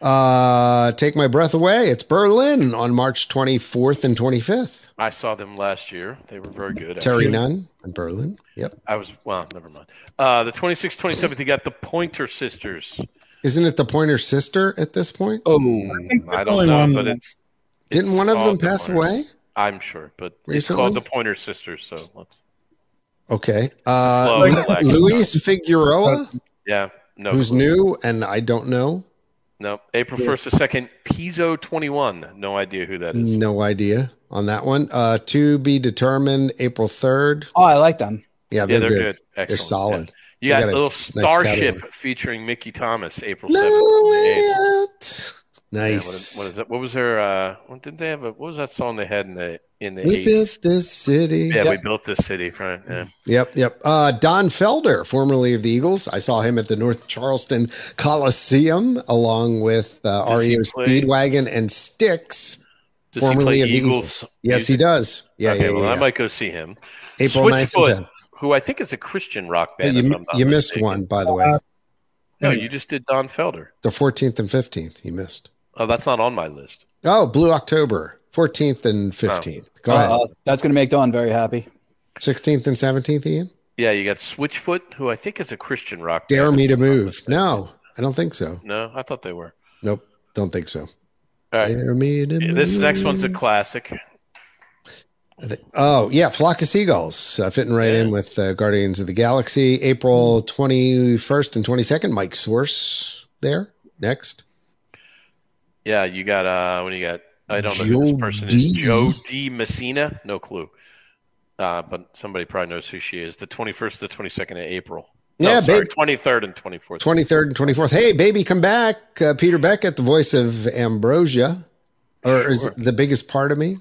uh, take my breath away. It's Berlin on March 24th and 25th.
I saw them last year. They were very good.
Terry
actually.
Nunn in Berlin. Yep.
I was, well, never mind. Uh, the 26th, 27th, you got the Pointer Sisters.
Isn't it the Pointer Sister at this point?
Oh,
think
I
there's
don't
only
know,
one
but
left.
it's.
Didn't
it's
one of them
called the
pass
Pointer-
away?
I'm sure, but it's
Recently?
called the Pointer Sisters. So let's,
Okay. Uh,
Slow collection.
Luis Figueroa,
yeah, no.
who's
clue.
new and I don't know.
No, April 1st to 2nd, Pizzo 21. No idea who that is.
No idea on that one. Uh, to be determined April 3rd.
oh, I like them.
Yeah,
Yeah,
they're,
they're
good.
good. Excellent.
They're solid.
You got,
got a
Little Starship
catalog.
featuring Mickey Thomas, April 7th.
No
to the 8th.
way.
Yeah, what is-
Nice.
what is that? What was their? Uh, what, didn't they have? A, what was that song they had in the in the
we
eighties?
built this city.
Yeah, we built this city, right? Yeah.
Yep, yep. Uh, Don Felder, formerly of the Eagles, I saw him at the North Charleston Coliseum along with uh,
Does he
REO
play-
Speedwagon and Sticks.
Does
Formerly
he play
of the
Eagles?
Yes, he
music?
does. Yeah,
okay,
yeah,
well,
yeah,
I
yeah.
might go see him.
April 9th
Switchfoot,
and 10th.
who I think is a Christian rock
Hey,
band.
you
if
mi-
I'm not
you missed
mistaken.
one, by the way.
No, you just did Don Felder.
The 14th and 15th, you missed.
Oh, that's not on my list.
Oh, Blue October, 14th and 15th. Go ahead.
Uh, that's gonna make Don very happy.
16th and 17th, Ian?
Yeah, you got Switchfoot, who I think is a Christian rock.
Dare
band,
me
if
to
I'm not
move.
mistaken.
No, I don't think so.
no, I thought they were.
Nope, don't think so.
All right,
Dare me to
Yeah, this next
move.
one's a classic.
I think- Oh yeah, Flock of Seagulls uh, fitting right
Yeah. Hmm.
in with uh, Guardians of the Galaxy. April twenty first and twenty second. Mike Source there next.
Yeah, you got uh when you got I don't know who
Joe
this person
D.
is Joe D Messina, no clue. Uh, but somebody probably knows who she is. The twenty first, the twenty second of April.
Yeah, babe.
twenty third and twenty fourth.
Twenty third and twenty fourth. Hey baby, come back. Uh, Peter Beckett, the voice of Ambrosia, or is
Sure.
it the biggest part of me?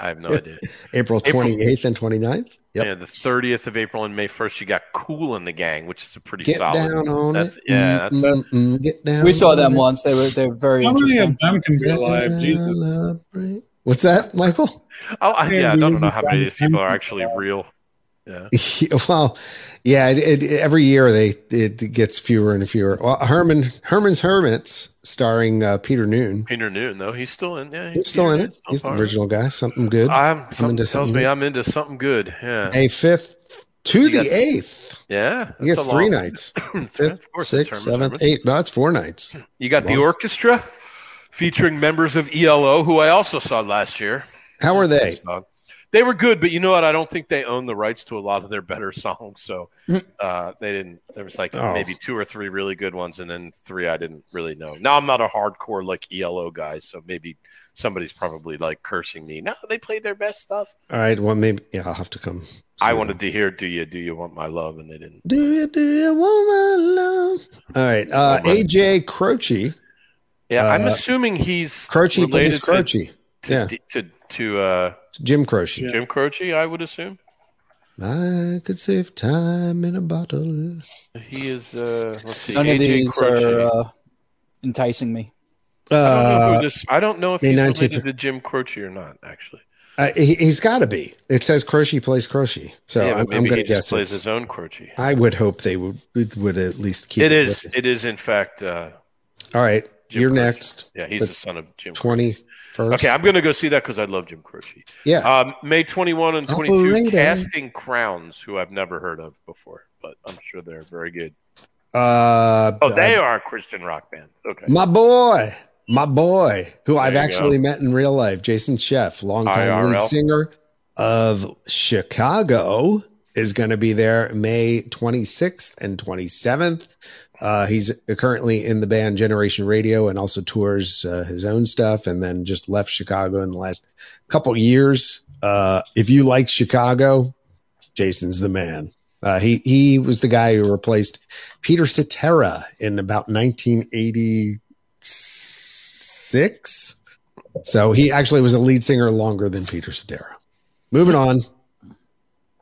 I have no idea.
April
April.
twenty eighth and 29th. Yep.
Yeah, the thirtieth of April and May first, you got Cool in the Gang, which is a pretty
Get
solid.
down on
That's-
it.
yeah,
Mm,
that's-
mm, mm, get down.
We saw
on
them
it.
once. They were they're very
How many
interesting.
of them can be alive? Jesus.
Celebrate. What's that, Michael?
Oh, I, yeah, I
Yeah,
don't
this
know
is
how many of these
fun.
people are actually real. Yeah,
well, yeah. It, it, every year they it gets fewer and fewer. Well, Herman Herman's Hermits, starring uh, Peter Noon,
Peter Newton though, he's still in. Yeah,
he's still in
Peter
it.
Newton's
He's
still
the
part of it.
original guy. Something good.
I'm. Something
into
tells
something
me
good.
I'm into something good. Yeah,
A fifth to
You
the
got-
eighth.
yeah.
He gets three nights.
Hmm,
Fifth, sixth, seventh, eighth. No, that's four nights.
You got the
Lungs.
orchestra featuring members of ELO, who I also saw last year.
How are they?
They were good, but you know what? I don't think they own the rights to a lot of their better songs. So
Mhm.
uh, they didn't. There was like
Mm. Oh.
maybe two or three really good ones, and then three I didn't really know. Now I'm not a hardcore like ELO guy, so maybe somebody's probably like cursing me. No, they played their best stuff.
All right. Well, maybe yeah, I'll have to come.
I
see
wanted
them.
to hear "Do You Do You Want My Love," and they didn't.
Do you do you want my love? All right. Uh,
Woman.
AJ Croce.
Yeah, I'm
Uh,
assuming he's
Croce plays
related to
Croce.
to,
yeah.
to, to uh,
Jim Croce.
Jim Croce. I would assume.
I could save time in a bottle.
He is. Uh, let's see.
None of
AJ
these
Croce.
are uh, enticing me.
I don't know
Uh,
who this. I don't know if
May
he's
19th.
related to Jim Croce or not. Actually,
uh, he, he's got to be. It says Croce plays Croce, so
Yeah, but
I'm,
maybe
I'm
he
going to guess
just plays
it's.
his own Croce.
I would hope they would would at least keep
It
it.
is.
with
It is in fact. Uh,
it. All right,
Jim
you're
Croce.
next.
yeah, he's
But-
the son of Jim. Croce.
Twenty first.
Okay, I'm gonna go see that because I love Jim Croce.
yeah.
Um, May 21 and 22,
Operator.
Casting Crowns, who I've never heard of before, but I'm sure they're very good.
Uh,
Oh, they are a Christian rock band. Okay,
my boy, my boy, who I've
you
actually
go.
met in real life, Jason Sheff, longtime lead
IRL.
singer of Chicago, is going to be there May 26th and 27th. Uh, he's currently in the band Generation Radio and also tours uh, his own stuff and then just left Chicago in the last couple years. Uh, if you like Chicago, Jason's the man. Uh, he he was the guy who replaced Peter Cetera in about 1986 So he actually was a lead singer longer than Peter Sedera. Moving on,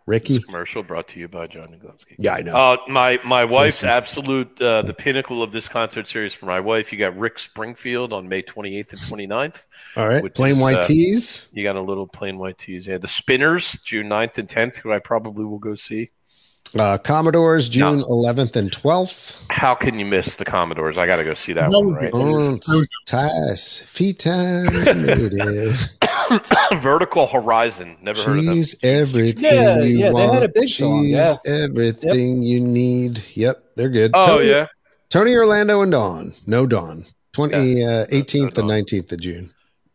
Ricky.
Commercial brought to you by John Naglansky.
Yeah, I know.
Uh, my my wife's
Christmas.
absolute uh, the pinnacle of this concert series for my wife. You got Rick Springfield on May 28th and 29th.
All right,
which
plain
is,
white
uh,
tees.
You got a little plain white tees. Yeah, the Spinners June 9th and 10th, who I probably will go see.
Uh, Commodores, June 11th and 12th.
How can you miss the Commodores? I got to go see that
That
one.
would be
Right?
Bones, ties, feet ties, native.
Vertical Horizon. Never heard of them.
She's everything
Yeah,
you
yeah, they
want.
had a big
She's
song, yeah.
everything you need. Yep, they're good.
Oh
Tony,
yeah,
Tony Orlando and Dawn. No Dawn. 20, uh, 18th and
Dawn.
19th of June.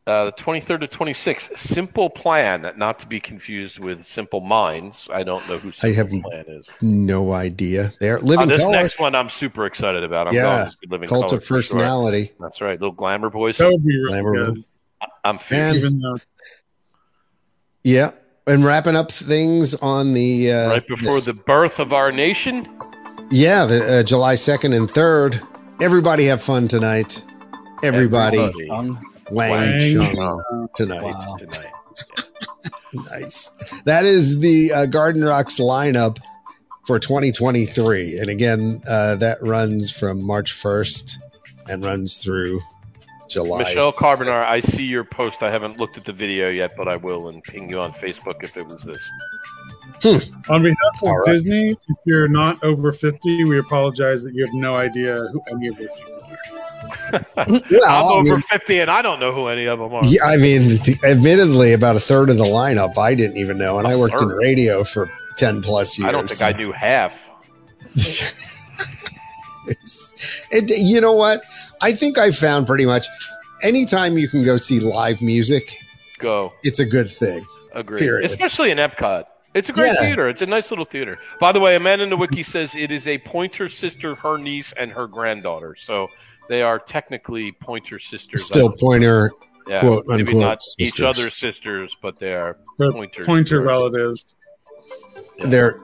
uh, the 23rd to 26th. Simple Plan, not to be confused with Simple Minds. I don't know who Simple
haven't-
Plan is.
No idea. They're
Uh,
living
this
color,
next one I'm super excited about. I'm
Yeah.
going to see Living
cult
Color
of
for sure.
personality.
That's right, little glamour boys.
That would be really
Glamour.
good.
I'm
And-
fierce.
Even though
Yeah, and wrapping up things on the uh,
right before
this-
the birth of our nation.
yeah, the, uh, July second and third. Everybody have fun tonight. Everybody,
Everybody.
Um,
Wang,
Wang
Chung
Chung.
tonight.
wow.
Tonight.
Nice. That is the uh, Garden Rocks lineup for 2023. And again, uh, that runs from March 1st and runs through July.
Michelle Carbonar, I see your post. I haven't looked at the video yet, but I will and ping you on Facebook if it was this.
on behalf of
All right.
Disney, if you're not over 50, we apologize that you have no idea who any of those people are.
Well, I
I'm over
mean,
50 and I don't know who any of them are.
Oh, yeah, I mean, th- admittedly, about a third of the lineup I didn't even know. And I worked in
third?
radio for 10 plus years.
I don't think I knew half.
It's- it, you know what? I think I found pretty much anytime you can go see live music,
Go.
it's a good thing.
Agree.
Period.
Especially in Epcot. It's a great
Yeah.
theater. It's a nice little theater. By the way, a man in the wiki says it is a Pointer sister, her niece, and her granddaughter. So they are technically Pointer sisters. I
Still,
don't-
pointer
yeah,
quote,
maybe
unquote,
not each
sisters.
other's sisters, but they are
They're
Pointer
Pointer
sisters.
relatives.
they're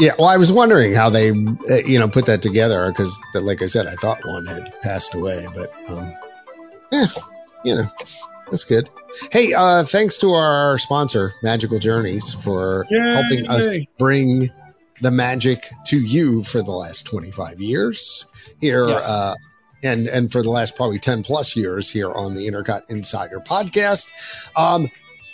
yeah well i was wondering how they uh, you know put that together because like i said i thought one had passed away but um yeah you know that's good hey uh thanks to our sponsor magical journeys for
Yay.
helping us bring the magic to you for the last 25 years here
Yes.
uh, and and for the last probably 10 plus years here on the intercot insider podcast um,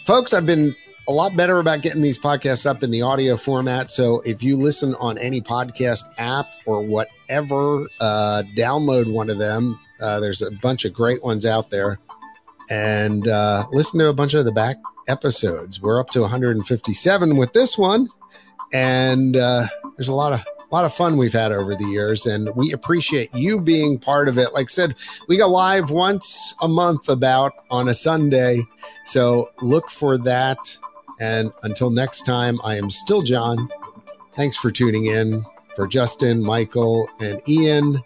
folks i've been a lot better about getting these podcasts up in the audio format so if you listen on any podcast app or whatever uh, download one of them uh, there's a bunch of great ones out there and uh, listen to a bunch of the back episodes. We're up to 157 with this one, and uh, there's a lot of a lot of fun we've had over the years, and we appreciate you being part of it. Like I said, we go live once a month about on a Sunday, so look for that. And until next time, I am still John. Thanks for tuning in. For Justin, Michael, and Ian.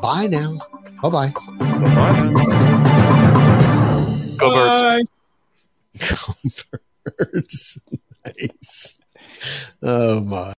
Bye now. Bye bye.
Go birds.
Bye.
Birds. nice. Oh my.